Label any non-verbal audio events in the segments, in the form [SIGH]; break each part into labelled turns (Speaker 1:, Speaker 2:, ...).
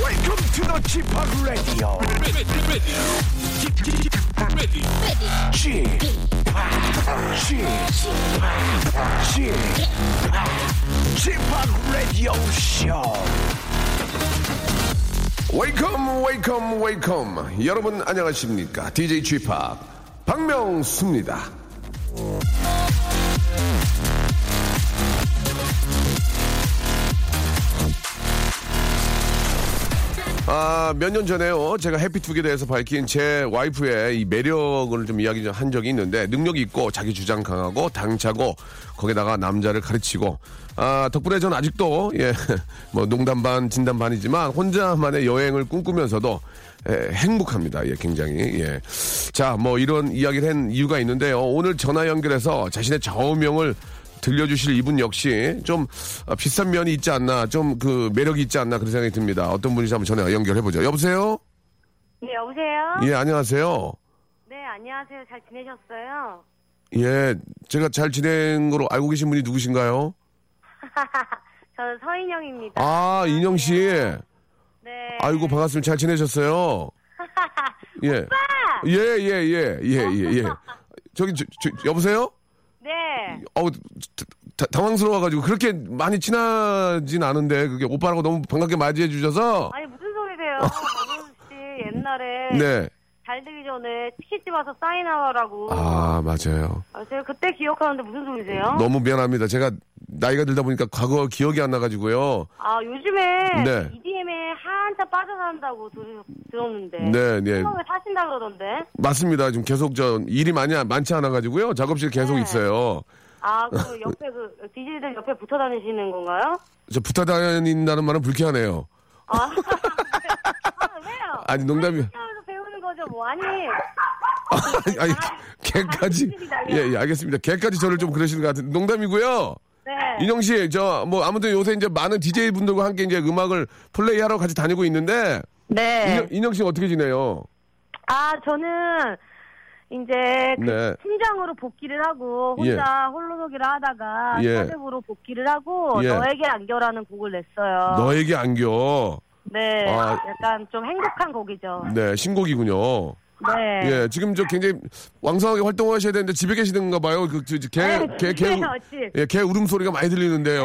Speaker 1: Welcome to the Chip Radio. Chip Chip Radio Show.
Speaker 2: 웨이컴 웨이컴 웨이컴 여러분 안녕하십니까 DJ 쥐팍 박명수입니다 아, 몇 년 전에요. 제가 해피투게더에서 밝힌 제 와이프의 이 매력을 좀 이야기 한 적이 있는데, 능력이 있고, 자기 주장 강하고, 당차고, 거기다가 남자를 가르치고, 아, 덕분에 전 아직도, 예, [LAUGHS] 뭐, 농담 반, 진담 반이지만, 혼자만의 여행을 꿈꾸면서도, 예, 행복합니다. 예, 굉장히. 예. 자, 뭐, 이런 이야기를 한 이유가 있는데요. 오늘 전화 연결해서 자신의 좌우명을 들려주실 이분 역시 좀 아, 비슷한 면이 있지 않나, 좀 그 매력이 있지 않나 그런 생각이 듭니다. 어떤 분인지 한번 전화 연결해보죠. 여보세요?
Speaker 3: 네, 여보세요?
Speaker 2: 예, 안녕하세요.
Speaker 3: 네, 안녕하세요. 잘 지내셨어요? [LAUGHS]
Speaker 2: 예, 제가 잘 지낸 거로 알고 계신 분이 누구신가요?
Speaker 3: 저는 서인영입니다.
Speaker 2: 아, 인형 씨.
Speaker 3: 네.
Speaker 2: 아이고, 반갑습니다. 잘
Speaker 3: [LAUGHS]
Speaker 2: 지내셨어요? 예.
Speaker 3: 오빠!
Speaker 2: 예, 예, 예, 예, 예, 예. 저기, 저, 저, 여보세요?
Speaker 3: 네.
Speaker 2: 어우, 다- 당황스러워가지고 그렇게 많이 친하진 않은데 그게 오빠라고 너무 반갑게 맞이해 주셔서
Speaker 3: 아니, 무슨 소리세요? 박원순 씨 옛날에
Speaker 2: 네.
Speaker 3: 잘 되기 전에 치킨집 와서 사인하라고.
Speaker 2: 아, 맞아요.
Speaker 3: 아, 제가 그때 기억하는데 무슨 소리세요?
Speaker 2: 너무 미안합니다. 제가 나이가 들다 보니까 과거 기억이 안 나가지고요.
Speaker 3: 아, 요즘에
Speaker 2: 네.
Speaker 3: EDM에 한참 빠져나간다고 들, 들었는데.
Speaker 2: 네, 네.
Speaker 3: 처음에 사신다 그러던데.
Speaker 2: 맞습니다. 지금 계속 저 일이 많이 안- 많지 않아 가지고요. 작업실 계속
Speaker 3: 네.
Speaker 2: 있어요.
Speaker 3: 아,
Speaker 2: [LAUGHS]
Speaker 3: 그 옆에 그 DJ들 옆에 붙어 다니시는 건가요?
Speaker 2: 저 붙어 다닌다는 말은 불쾌하네요.
Speaker 3: 아, 아 왜요?
Speaker 2: 아니, 농담이-
Speaker 3: 시험에서 배우는 거죠, 뭐 아니.
Speaker 2: 아니, 아니 개까지 예, 예, 알겠습니다. 개까지 저를 좀 그러시는 것 같은 데 농담이고요.
Speaker 3: 네.
Speaker 2: 인형 씨, 저 뭐 아무튼 요새 이제 많은 DJ 분들과 함께 이제 음악을 플레이하러 같이 다니고 있는데
Speaker 3: 네.
Speaker 2: 인형, 인형 씨 어떻게 지내요?
Speaker 3: 아 저는 이제 그
Speaker 2: 네.
Speaker 3: 팀장으로 복귀를 하고
Speaker 2: 예.
Speaker 3: 혼자 홀로서기를 하다가
Speaker 2: 예.
Speaker 3: 사대부로 복귀를 하고
Speaker 2: 예.
Speaker 3: 너에게 안겨라는 곡을 냈어요.
Speaker 2: 너에게 안겨.
Speaker 3: 네.
Speaker 2: 아.
Speaker 3: 약간 좀 행복한 곡이죠.
Speaker 2: 네, 신곡이군요.
Speaker 3: 네.
Speaker 2: 예, 지금 저 굉장히 왕성하게 활동하셔야 되는데 집에 계시는가 봐요. 그, 저, 저 개,
Speaker 3: 아유, [LAUGHS]
Speaker 2: 개, 개,
Speaker 3: 네, 집에요, 집.
Speaker 2: 예, 개 울음소리가 많이
Speaker 3: [LAUGHS]
Speaker 2: 들리는데요.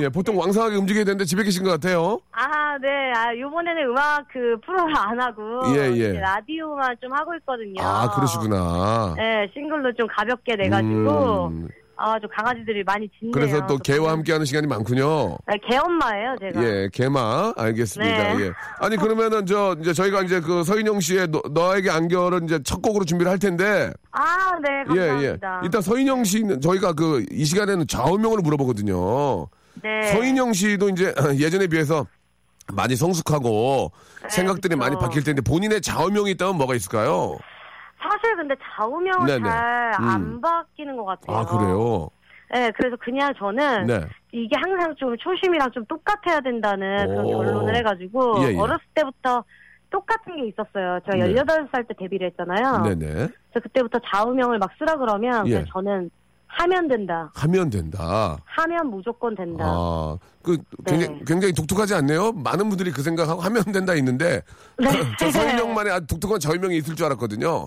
Speaker 2: 예, 보통 왕성하게 움직여야 되는데 집에 계신 것 같아요.
Speaker 3: 아, 네. 아, 요번에는 음악 그 프로를 안 하고
Speaker 2: 예, 예.
Speaker 3: 이제 라디오만 좀 하고 있거든요.
Speaker 2: 아, 그러시구나.
Speaker 3: 네, 싱글로 좀 가볍게 내가지고
Speaker 2: 음.
Speaker 3: 아, 좀 강아지들이 많이 짖네요.
Speaker 2: 그래서 또 개와 함께 하는 시간이 많군요.
Speaker 3: 네, 개 엄마예요, 제가.
Speaker 2: 예, 개마. 알겠습니다.
Speaker 3: 네.
Speaker 2: 예. 아니, 그러면은 저, 이제 저희가 이제 그 서인영 씨의 너, 에게 안겨를 이제 첫 곡으로 준비를 할 텐데.
Speaker 3: 아, 네,
Speaker 2: 예, 예.
Speaker 3: 감사합니다.
Speaker 2: 일단 서인영 씨는 저희가 그 이 시간에는 좌우명을 물어보거든요.
Speaker 3: 네.
Speaker 2: 서인영 씨도 이제 [CLEARS THROAT] 예전에 비해서 많이 성숙하고 생각들이
Speaker 3: 네, 그쵸.
Speaker 2: 많이 바뀔 텐데 본인의 좌우명이 있다면 뭐가 있을까요?
Speaker 3: 사실 근데 좌우명은
Speaker 2: 네네.
Speaker 3: 잘 안
Speaker 2: 음.
Speaker 3: 바뀌는 것 같아요.
Speaker 2: 아, 그래요?
Speaker 3: 네, 그래서 그냥 저는
Speaker 2: 네.
Speaker 3: 이게 항상 좀 초심이랑 좀 똑같아야 된다는 그런
Speaker 2: 오.
Speaker 3: 결론을 해가지고
Speaker 2: 예, 예.
Speaker 3: 어렸을 때부터 똑같은 게 있었어요. 제가
Speaker 2: 네.
Speaker 3: 18살 때 데뷔를 했잖아요.
Speaker 2: 네네.
Speaker 3: 그래서 그때부터 좌우명을 막 쓰라 그러면
Speaker 2: 예.
Speaker 3: 그냥 저는 하면 된다.
Speaker 2: 하면 된다.
Speaker 3: 하면 무조건 된다.
Speaker 2: 아, 그 굉장히,
Speaker 3: 네.
Speaker 2: 굉장히 독특하지 않네요? 많은 분들이 그 생각하고 하면 된다 있는데
Speaker 3: 네.
Speaker 2: [LAUGHS] 저 서인영만의 아주 독특한 좌우명이 있을 줄 알았거든요.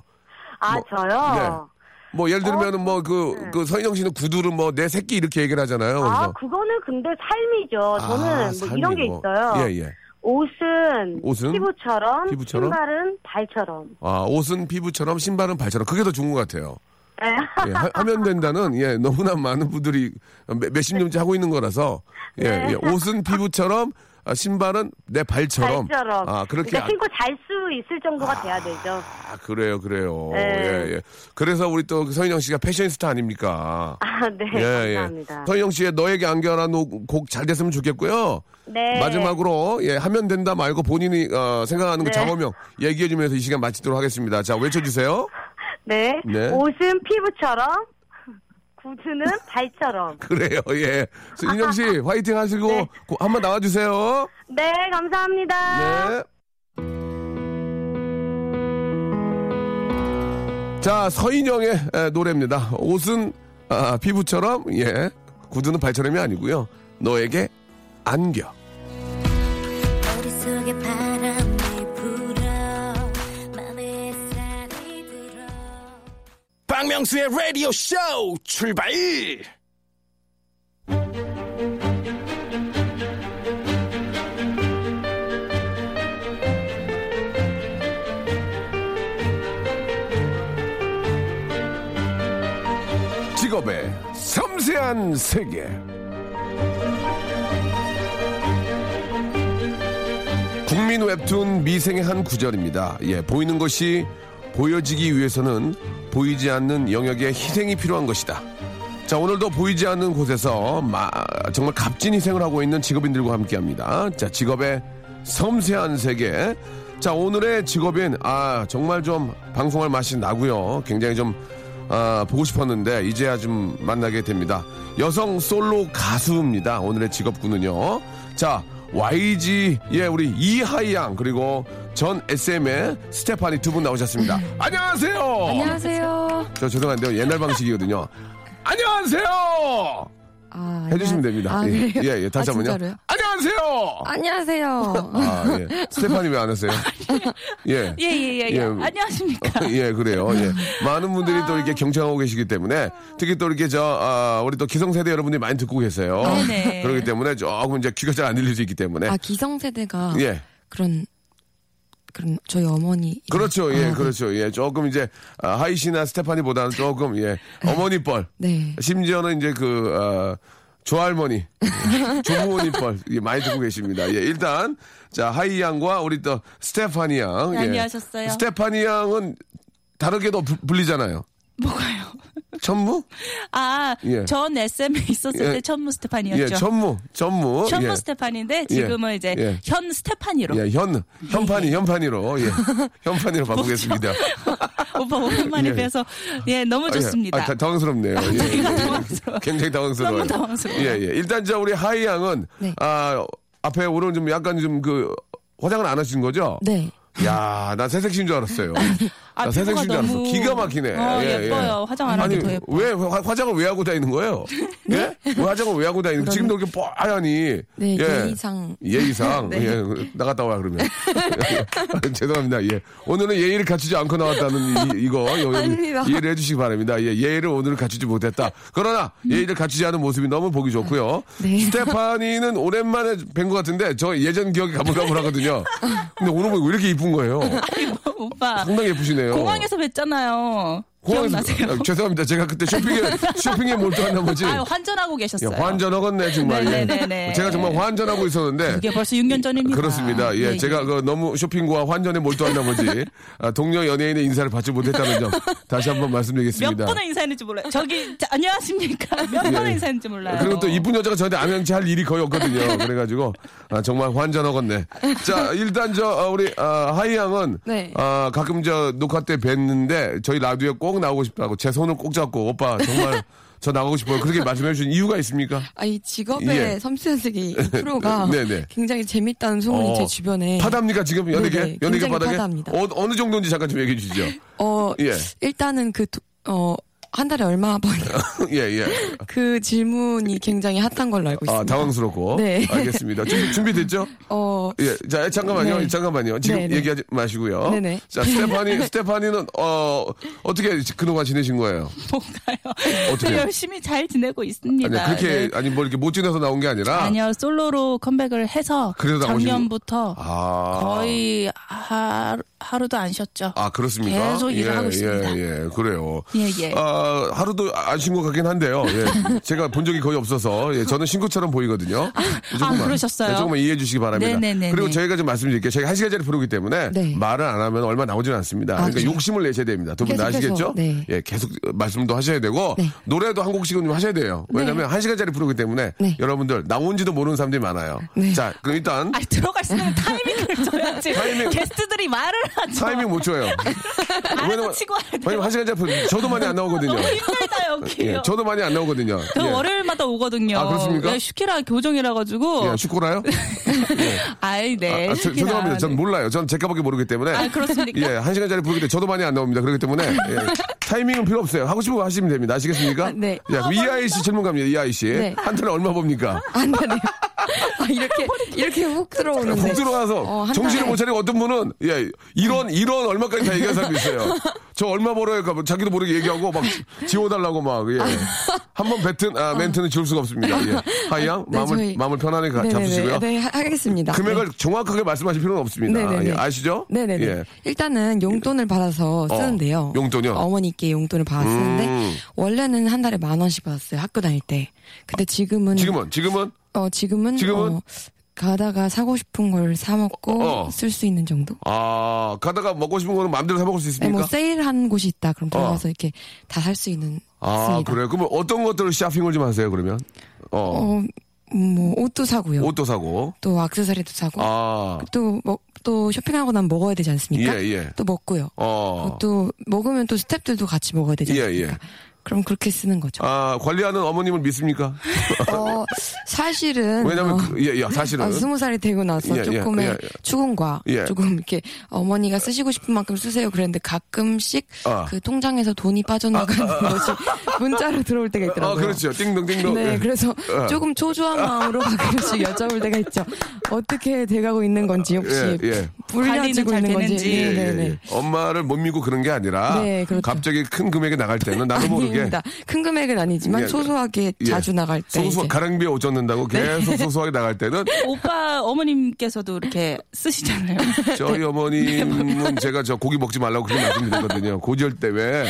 Speaker 3: 아,
Speaker 2: 뭐,
Speaker 3: 저요?
Speaker 2: 뭐 예를
Speaker 3: 어?
Speaker 2: 들면은 뭐 그 그 서인영 씨는 구두를 뭐 내 새끼 이렇게 얘기를 하잖아요.
Speaker 3: 네. 아,
Speaker 2: 그래서
Speaker 3: 그거는 근데 삶이죠. 저는
Speaker 2: 아,
Speaker 3: 뭐
Speaker 2: 삶이
Speaker 3: 이런 게
Speaker 2: 뭐.
Speaker 3: 있어요.
Speaker 2: 예, 예.
Speaker 3: 옷은,
Speaker 2: 옷은
Speaker 3: 피부처럼,
Speaker 2: 피부처럼?
Speaker 3: 신발은 발처럼.
Speaker 2: 아, 옷은 피부처럼 신발은 발처럼 그게 더 좋은 것 같아요.
Speaker 3: 네.
Speaker 2: 예, 하, 하면 된다는 예
Speaker 3: 네.
Speaker 2: 너무나 많은 분들이 몇, 몇십 년째 하고 있는 거라서 예, 예, 옷은 피부처럼 아, 신발은 내 발처럼.
Speaker 3: 발처럼.
Speaker 2: 아, 그렇게.
Speaker 3: 그러니까
Speaker 2: 아-
Speaker 3: 신고 잘 수 있을 정도가 돼야 되죠.
Speaker 2: 아, 그래요, 그래요.
Speaker 3: 네.
Speaker 2: 예, 예. 그래서 우리 또 서인영 씨가 패션 스타 아닙니까?
Speaker 3: 아, 네.
Speaker 2: 예,
Speaker 3: 감사합니다.
Speaker 2: 서인영 씨의 너에게 안겨라는 곡 잘 됐으면 좋겠고요.
Speaker 3: 네.
Speaker 2: 마지막으로 예, 하면 된다 말고 본인이 어, 생각하는 그
Speaker 3: 네.
Speaker 2: 장어명 얘기해 주면서 이 시간 마치도록 하겠습니다. 자, 외쳐 주세요. [LAUGHS]
Speaker 3: 네.
Speaker 2: 네.
Speaker 3: 옷은 피부처럼, 구두는 발처럼.
Speaker 2: 그래요. 예. 서인영 씨 화이팅 하시고
Speaker 3: 네.
Speaker 2: 고- 한번 나와 주세요.
Speaker 3: 네, 감사합니다.
Speaker 2: 네. 자, 서인영의 에, 노래입니다. 옷은 아, 피부처럼, 예. 구두는 발처럼이 아니고요. 너에게 안겨.
Speaker 4: 머릿속에 바람이 불어 맘에 쌀이 들어
Speaker 1: 박명수의 라디오 쇼 출발!
Speaker 2: 직업의 섬세한 세계. 국민 웹툰 미생의 한 구절입니다. 예, 보이는 것이 보여지기 위해서는 보이지 않는 영역에 희생이 필요한 것이다. 자, 오늘도 보이지 않는 곳에서 마- 정말 값진 희생을 하고 있는 직업인들과 함께 합니다. 자, 직업의 섬세한 세계. 자, 오늘의 직업인, 아, 정말 좀 방송할 맛이 나고요. 굉장히 좀, 아, 보고 싶었는데, 이제야 좀 만나게 됩니다. 여성 솔로 가수입니다. 오늘의 직업군은요. 자, YG의 우리 이하이 양, 그리고 전 SM의 스테파니 두 분 나오셨습니다. 네. 안녕하세요!
Speaker 5: 안녕하세요.
Speaker 2: 저 죄송한데요. 옛날 방식이거든요. 안녕하세요!
Speaker 5: 아,
Speaker 2: 해주시면
Speaker 5: 안녕-
Speaker 2: 됩니다.
Speaker 5: 아,
Speaker 2: 예,
Speaker 5: 그래요?
Speaker 2: 예, 예, 다시
Speaker 5: 아,
Speaker 2: 한 번요.
Speaker 5: 진짜로요?
Speaker 2: 안녕하세요!
Speaker 5: 안녕하세요.
Speaker 2: 아, 예. 스테파니 왜 안
Speaker 5: [LAUGHS]
Speaker 2: 하세요? 예.
Speaker 6: 예, 예, 예.
Speaker 2: 예.
Speaker 6: 예. 안녕하십니까.
Speaker 2: 예, 그래요. 예.
Speaker 5: 아.
Speaker 2: 많은 분들이 또 이렇게 경청하고 계시기 때문에 특히 또 이렇게 저, 아, 우리 또 기성세대 여러분들이 많이 듣고 계세요.
Speaker 6: 네네.
Speaker 2: 그렇기 때문에 조금 이제 귀가 잘 안 들릴 수 있기 때문에.
Speaker 5: 아, 기성세대가
Speaker 2: 예.
Speaker 5: 그런 그런 저희 어머니
Speaker 2: 그렇죠, 예,
Speaker 5: 아,
Speaker 2: 그렇죠, 예. 조금 이제, 아, 하이시나 스테파니보다는 조금, 예, 어머니뻘. [LAUGHS]
Speaker 5: 네.
Speaker 2: 심지어는 이제 그, 어, 조할머니, [LAUGHS] 조부모님 뻘 예, 많이 듣고 계십니다. 예, 일단, 자, 하이 양과 우리 또 스테파니 양. 예.
Speaker 6: 안녕하셨어요?
Speaker 2: 스테파니 양은 다르게도 부- 불리잖아요.
Speaker 6: 뭐가요?
Speaker 2: 천무?
Speaker 6: 아,
Speaker 2: 예.
Speaker 6: 전 SM에 있었을
Speaker 2: 예.
Speaker 6: 때 천무 스테판이었죠.
Speaker 2: 예, 천무, 천무.
Speaker 6: 천무
Speaker 2: 예.
Speaker 6: 스테판인데 지금은
Speaker 2: 예.
Speaker 6: 이제
Speaker 2: 예.
Speaker 6: 현 스테판이로.
Speaker 2: 예, 현, 현판이, 현판이로, 예. 현판이로 바꾸겠습니다.
Speaker 6: [LAUGHS] 오빠 오랜만에
Speaker 2: 예.
Speaker 6: 뵈서 예, 너무
Speaker 2: 아, 예.
Speaker 6: 좋습니다.
Speaker 2: 아, 다- 당황스럽네요. 예, 예, 예.
Speaker 6: [LAUGHS] 제가 당황스러워.
Speaker 2: 굉장히 당황스러워요.
Speaker 6: 너무 당황스러워요.
Speaker 2: 예, 예. 일단 저 우리 하이 양은
Speaker 5: 네.
Speaker 2: 아, 앞에 오늘 좀 약간 좀 그 화장을 안 하신 거죠?
Speaker 5: 네.
Speaker 2: 야, 나 새색신 줄 알았어요.
Speaker 6: 아,
Speaker 2: 나 새색신 줄
Speaker 6: 피부가
Speaker 2: 알았어.
Speaker 6: 너무-
Speaker 2: 기가 막히네.
Speaker 6: 어, 예뻐요. 네? 화장 안 하는
Speaker 2: 아니,
Speaker 6: 게더 예뻐. [LAUGHS]
Speaker 2: 왜, 왜 화- 화장을 왜 하고 다니는 거예요? 예? 왜 화장을 왜 하고 다니는 거예요? 지금도 이렇게 뽀하니.
Speaker 5: 네, 예의상.
Speaker 6: [LAUGHS]
Speaker 2: 예의상.
Speaker 6: 네.
Speaker 2: 예, 나갔다 와, 그러면. [LAUGHS] 죄송합니다. 예. 오늘은 예의를 갖추지 않고 나왔다는 이, 거
Speaker 5: 아닙니다.
Speaker 2: 이해를 해주시기 바랍니다. 예, 예의를 오늘 갖추지 못했다. 그러나
Speaker 6: 음.
Speaker 2: 예의를 갖추지 않은 모습이 너무 보기 좋고요.
Speaker 5: 네.
Speaker 2: 스테파니는 오랜만에 뵌 것 같은데 저 예전 기억이
Speaker 6: [LAUGHS]
Speaker 2: 가물가물하거든요. 근데 오늘 보니까 왜 이렇게 이쁜 거예요?
Speaker 6: 뭐, 오빠.
Speaker 2: 상당히 예쁘시네요.
Speaker 6: 공항에서 뵀잖아요.
Speaker 2: 공항에서-
Speaker 6: 기억나세요?
Speaker 2: 아, 죄송합니다. 제가 그때
Speaker 6: [LAUGHS]
Speaker 2: 쇼핑에 쇼핑에 몰두한 나머지
Speaker 6: 아, 환전하고
Speaker 2: 예,
Speaker 6: 계셨어요.
Speaker 2: 환전하겠네 정말. 예.
Speaker 6: 네네네네.
Speaker 2: 제가 정말 환전하고 있었는데
Speaker 6: 이게 벌써 6년 전입니다.
Speaker 2: 그렇습니다. 예, 제가 그 너무 쇼핑과 환전에 몰두한 나머지 아, 동료 연예인의 인사를 받지 못했다는 점 다시 한번
Speaker 6: 몇
Speaker 2: 말씀드리겠습니다. 예.
Speaker 6: 번을 인사했는지 몰라요. 저기 자,
Speaker 2: [LAUGHS]
Speaker 6: 안녕하십니까. 몇 번을 인사했는지
Speaker 5: 아,
Speaker 6: 몰라요.
Speaker 2: 그리고
Speaker 5: 어.
Speaker 2: 또 이쁜 여자가 저한테 암양치 할 일이 거의
Speaker 5: [LAUGHS]
Speaker 2: 없거든요. 그래가지고 아, 정말 환전하겠네. 자 일단 저 어, 우리 아, 하이 양은
Speaker 5: 네.
Speaker 2: 아, 가끔 저 녹화 때 뵀는데 저희 라디오에 꼭 나오고 싶다고 제 손을 꼭 잡고 오빠 정말 저 나가고 싶어요. 그렇게 말씀해 주신 이유가 있습니까?
Speaker 5: 아, 이 직업의
Speaker 2: 예.
Speaker 5: 섬세한 세계
Speaker 2: [LAUGHS]
Speaker 5: 이 프로가
Speaker 2: 네네.
Speaker 5: 굉장히 재밌다는 소문이
Speaker 2: 어,
Speaker 5: 제 주변에
Speaker 2: 파답니까 지금 연예계
Speaker 5: 네. 네네,
Speaker 2: 연예계
Speaker 5: 굉장히
Speaker 2: 바닥에
Speaker 5: 파답니다.
Speaker 2: 어, 느 정도인지 잠깐 좀 얘기해 주시죠. [LAUGHS]
Speaker 5: 어
Speaker 2: 예.
Speaker 5: 일단은 그 그어한 달에 얼마
Speaker 2: [LAUGHS]
Speaker 5: 버냐
Speaker 2: 예 예.
Speaker 5: 그 질문이 굉장히 핫한 걸로 알고 있습니다.
Speaker 2: 아 당황스럽고.
Speaker 5: 네.
Speaker 2: 알겠습니다. 준비, 준비됐죠?
Speaker 5: 어
Speaker 2: 예. 자 잠깐만요.
Speaker 5: 네.
Speaker 2: 잠깐만요. 지금
Speaker 5: 네네.
Speaker 2: 얘기하지 마시고요.
Speaker 5: 네네.
Speaker 2: 자
Speaker 5: [LAUGHS]
Speaker 2: 스테파니 스테파니는 어 어떻게 그동안 지내신 거예요?
Speaker 6: 뭔가요?
Speaker 2: 어떻게?
Speaker 6: [LAUGHS] 열심히 잘 지내고 있습니다.
Speaker 5: 네.
Speaker 2: 아니 그렇게 아니 뭐 이렇게 못 지내서 나온 게 아니라.
Speaker 6: 요 솔로로 컴백을 해서
Speaker 2: 그래도 나오신
Speaker 6: 작년부터
Speaker 2: 아.
Speaker 6: 거의 하, 하루도 안 쉬었죠.
Speaker 2: 아 그렇습니까?
Speaker 6: 계속 일을
Speaker 2: 예,
Speaker 6: 하고 있습니다.
Speaker 2: 예, 예, 그래요.
Speaker 6: 예, 예.
Speaker 2: 아, 아, 하루도 안 쉰 것 같긴 한데요.
Speaker 6: [LAUGHS]
Speaker 2: 예. 제가 본 적이 거의 없어서 예, 저는 쉰 것처럼 보이거든요. 조금만,
Speaker 6: 아, 그러셨어요?
Speaker 2: 예, 조금만 이해해 주시기 바랍니다.
Speaker 6: 네네네네.
Speaker 2: 그리고 저희가 좀 말씀드릴게요. 저희가 한 시간짜리 부르기 때문에
Speaker 5: 네.
Speaker 2: 말을 안 하면 얼마 나오진 않습니다.
Speaker 5: 맞아요.
Speaker 6: 네.
Speaker 2: 그러니까 욕심을 내셔야 됩니다. 두 분 다
Speaker 5: 계속해서,
Speaker 2: 아시겠죠?
Speaker 5: 네.
Speaker 2: 예, 계속 말씀도 하셔야 되고
Speaker 5: 네.
Speaker 2: 노래도 한 곡씩은 좀 하셔야 돼요.
Speaker 6: 네.
Speaker 2: 왜냐하면 한 시간짜리 부르기 때문에
Speaker 5: 네.
Speaker 2: 여러분들 나온지도 모르는 사람들이 많아요.
Speaker 5: 네.
Speaker 2: 자, 그럼 일단
Speaker 6: 아니 들어갈 수 있는
Speaker 2: [LAUGHS]
Speaker 6: 타이밍을 줘야지.
Speaker 2: 타이밍.
Speaker 6: 게스트들이 말을 하죠.
Speaker 2: 타이밍 못 줘요.
Speaker 6: [LAUGHS] 알아서 치고 와야 돼요.
Speaker 2: 왜냐면 한 시간짜리 부르- 저도 많이 안 나오거든요.
Speaker 6: 너무 힘들다 여기.
Speaker 2: 예,
Speaker 6: 요
Speaker 2: 저도 많이 안 나오거든요.
Speaker 6: 저
Speaker 2: 예.
Speaker 6: 월요일마다 오거든요.
Speaker 2: 아, 그렇습니까?
Speaker 6: 네, 슈키라 교정이라 가지고.
Speaker 2: 예, 슈코라요? 예.
Speaker 6: [LAUGHS] 아이 네.
Speaker 2: 아, 아, 저-
Speaker 6: 슈키라.
Speaker 2: 죄송합니다. 전 몰라요. 전 제까밖에 모르기 때문에.
Speaker 6: 아, 그렇습니까?
Speaker 2: 예, 한 시간짜리 부르기 때문에 저도 많이 안 나옵니다. 그렇기 때문에
Speaker 6: [LAUGHS]
Speaker 2: 예, 타이밍은 필요 없어요. 하고 싶은 거 하시면 됩니다. 아시겠습니까?
Speaker 5: 네.
Speaker 2: 예, 그럼 이하이
Speaker 6: 아.
Speaker 2: 씨 질문 갑니다. 이하이 씨.
Speaker 5: 네.
Speaker 2: 한 달에 얼마 봅니까?
Speaker 5: 안 되네요. 아, 이렇게, 이렇게 훅 들어오는데.
Speaker 2: 그렇죠. 훅 들어가서
Speaker 5: 어, 한
Speaker 2: 정신을
Speaker 5: 달에. 네.
Speaker 2: 못 차리고 어떤 분은 예, 이런 이런 얼마까지 다 얘기하는 사람도
Speaker 5: [LAUGHS]
Speaker 2: 있어요. 저 얼마 벌어요? 그러니까 자기도 모르게 얘기하고 막 지워달라고
Speaker 5: [LAUGHS]
Speaker 2: 막 예. 한번 뱉은 아, 멘트는 지울 수가 없습니다. 예. 하이 양
Speaker 5: 네,
Speaker 2: 마음을
Speaker 5: 저희-
Speaker 2: 마음을 편안히 가-
Speaker 5: 네네네.
Speaker 2: 잡수시고요. 예,
Speaker 5: 네, 하- 하겠습니다.
Speaker 2: 금액을 정확하게 말씀하실 필요는 없습니다.
Speaker 5: 네네네.
Speaker 2: 예, 아시죠?
Speaker 5: 네네네.
Speaker 2: 예. 어.
Speaker 5: 일단은 용돈을 받아서 쓰는데요.
Speaker 2: 용돈이요? 음.
Speaker 5: 어머니께 용돈을 받아 쓰는데 원래는 한 달에 만 원씩 받았어요. 학교 다닐 때. 근데 지금은
Speaker 2: 지금은 지금은
Speaker 5: 어 지금은
Speaker 2: 지금은?
Speaker 5: 어, 가다가 사고 싶은 걸 사 먹고
Speaker 2: 어, 어.
Speaker 5: 쓸 수 있는 정도.
Speaker 2: 아 가다가 먹고 싶은 거는 마음대로 사 먹을 수
Speaker 5: 네,
Speaker 2: 있습니까?
Speaker 5: 뭐 세일한 곳이 있다. 그럼 들어가서 이렇게 다 살 수 있는
Speaker 2: 아
Speaker 5: 있습니다.
Speaker 2: 그래요. 그러면 어떤 것들을 쇼핑을 좀 하세요 그러면? 어,
Speaker 5: 어, 음, 뭐 옷도 사고요.
Speaker 2: 옷도 사고.
Speaker 5: 또 악세사리도 사고.
Speaker 2: 아
Speaker 5: 또, 먹, 또 쇼핑하고 나면 먹어야 되지 않습니까?
Speaker 2: 예, 예.
Speaker 5: 또 먹고요.
Speaker 2: 어.
Speaker 5: 또 먹으면 또 스탭들도 같이 먹어야 되지
Speaker 2: 예,
Speaker 5: 않습니까?
Speaker 2: 예.
Speaker 5: 그럼 그렇게 쓰는 거죠.
Speaker 2: 아 관리하는 어머님을 믿습니까?
Speaker 5: 어, 사실은
Speaker 2: 왜냐면
Speaker 5: 어,
Speaker 2: 그, 예, 예, 사실은
Speaker 5: 아, 스무 살이 되고 나서
Speaker 2: 예, 예,
Speaker 5: 조금의
Speaker 2: 예, 예.
Speaker 5: 추궁과
Speaker 2: 예.
Speaker 5: 조금 이렇게 어머니가 쓰시고 싶은 만큼 쓰세요 그랬는데 가끔씩
Speaker 2: 아.
Speaker 5: 그 통장에서 돈이 빠져나가는
Speaker 2: [LAUGHS]
Speaker 5: 것이 문자로 들어올 때가
Speaker 2: 아
Speaker 5: 있더라고요.
Speaker 2: 그렇죠. 띵동띵동.
Speaker 5: 네,
Speaker 2: 예.
Speaker 5: 그래서 조금 초조한 마음으로 가끔씩 여쭤볼 때가 있죠. 어떻게 돼가고 있는 건지 혹시
Speaker 2: 예, 예.
Speaker 5: 불려지고
Speaker 6: 관리는
Speaker 5: 있는
Speaker 6: 잘
Speaker 5: 건지.
Speaker 6: 되는지.
Speaker 5: 네,
Speaker 2: 예,
Speaker 5: 네,
Speaker 2: 예,
Speaker 5: 네.
Speaker 2: 예. 엄마를 못 믿고 그런 게 아니라
Speaker 5: 네, 그렇죠.
Speaker 2: 갑자기 큰 금액이 나갈 때는 나도 모르게
Speaker 5: 아닙니다. 큰 금액은 아니지만
Speaker 2: 예,
Speaker 5: 소소하게
Speaker 2: 예.
Speaker 5: 자주 나갈 때
Speaker 2: 소소
Speaker 5: 이제
Speaker 6: [LAUGHS]
Speaker 5: 네.
Speaker 2: 가랑비에 옷 젖는다고 계속 소소하게 나갈
Speaker 5: [LAUGHS]
Speaker 2: 때는
Speaker 6: 오빠 어머님께서도 이렇게 쓰시잖아요.
Speaker 2: 저희
Speaker 5: [LAUGHS]
Speaker 2: 어머님은 제가 저 고기 먹지 말라고 그렇게 말씀드렸거든요. 고지혈 때 왜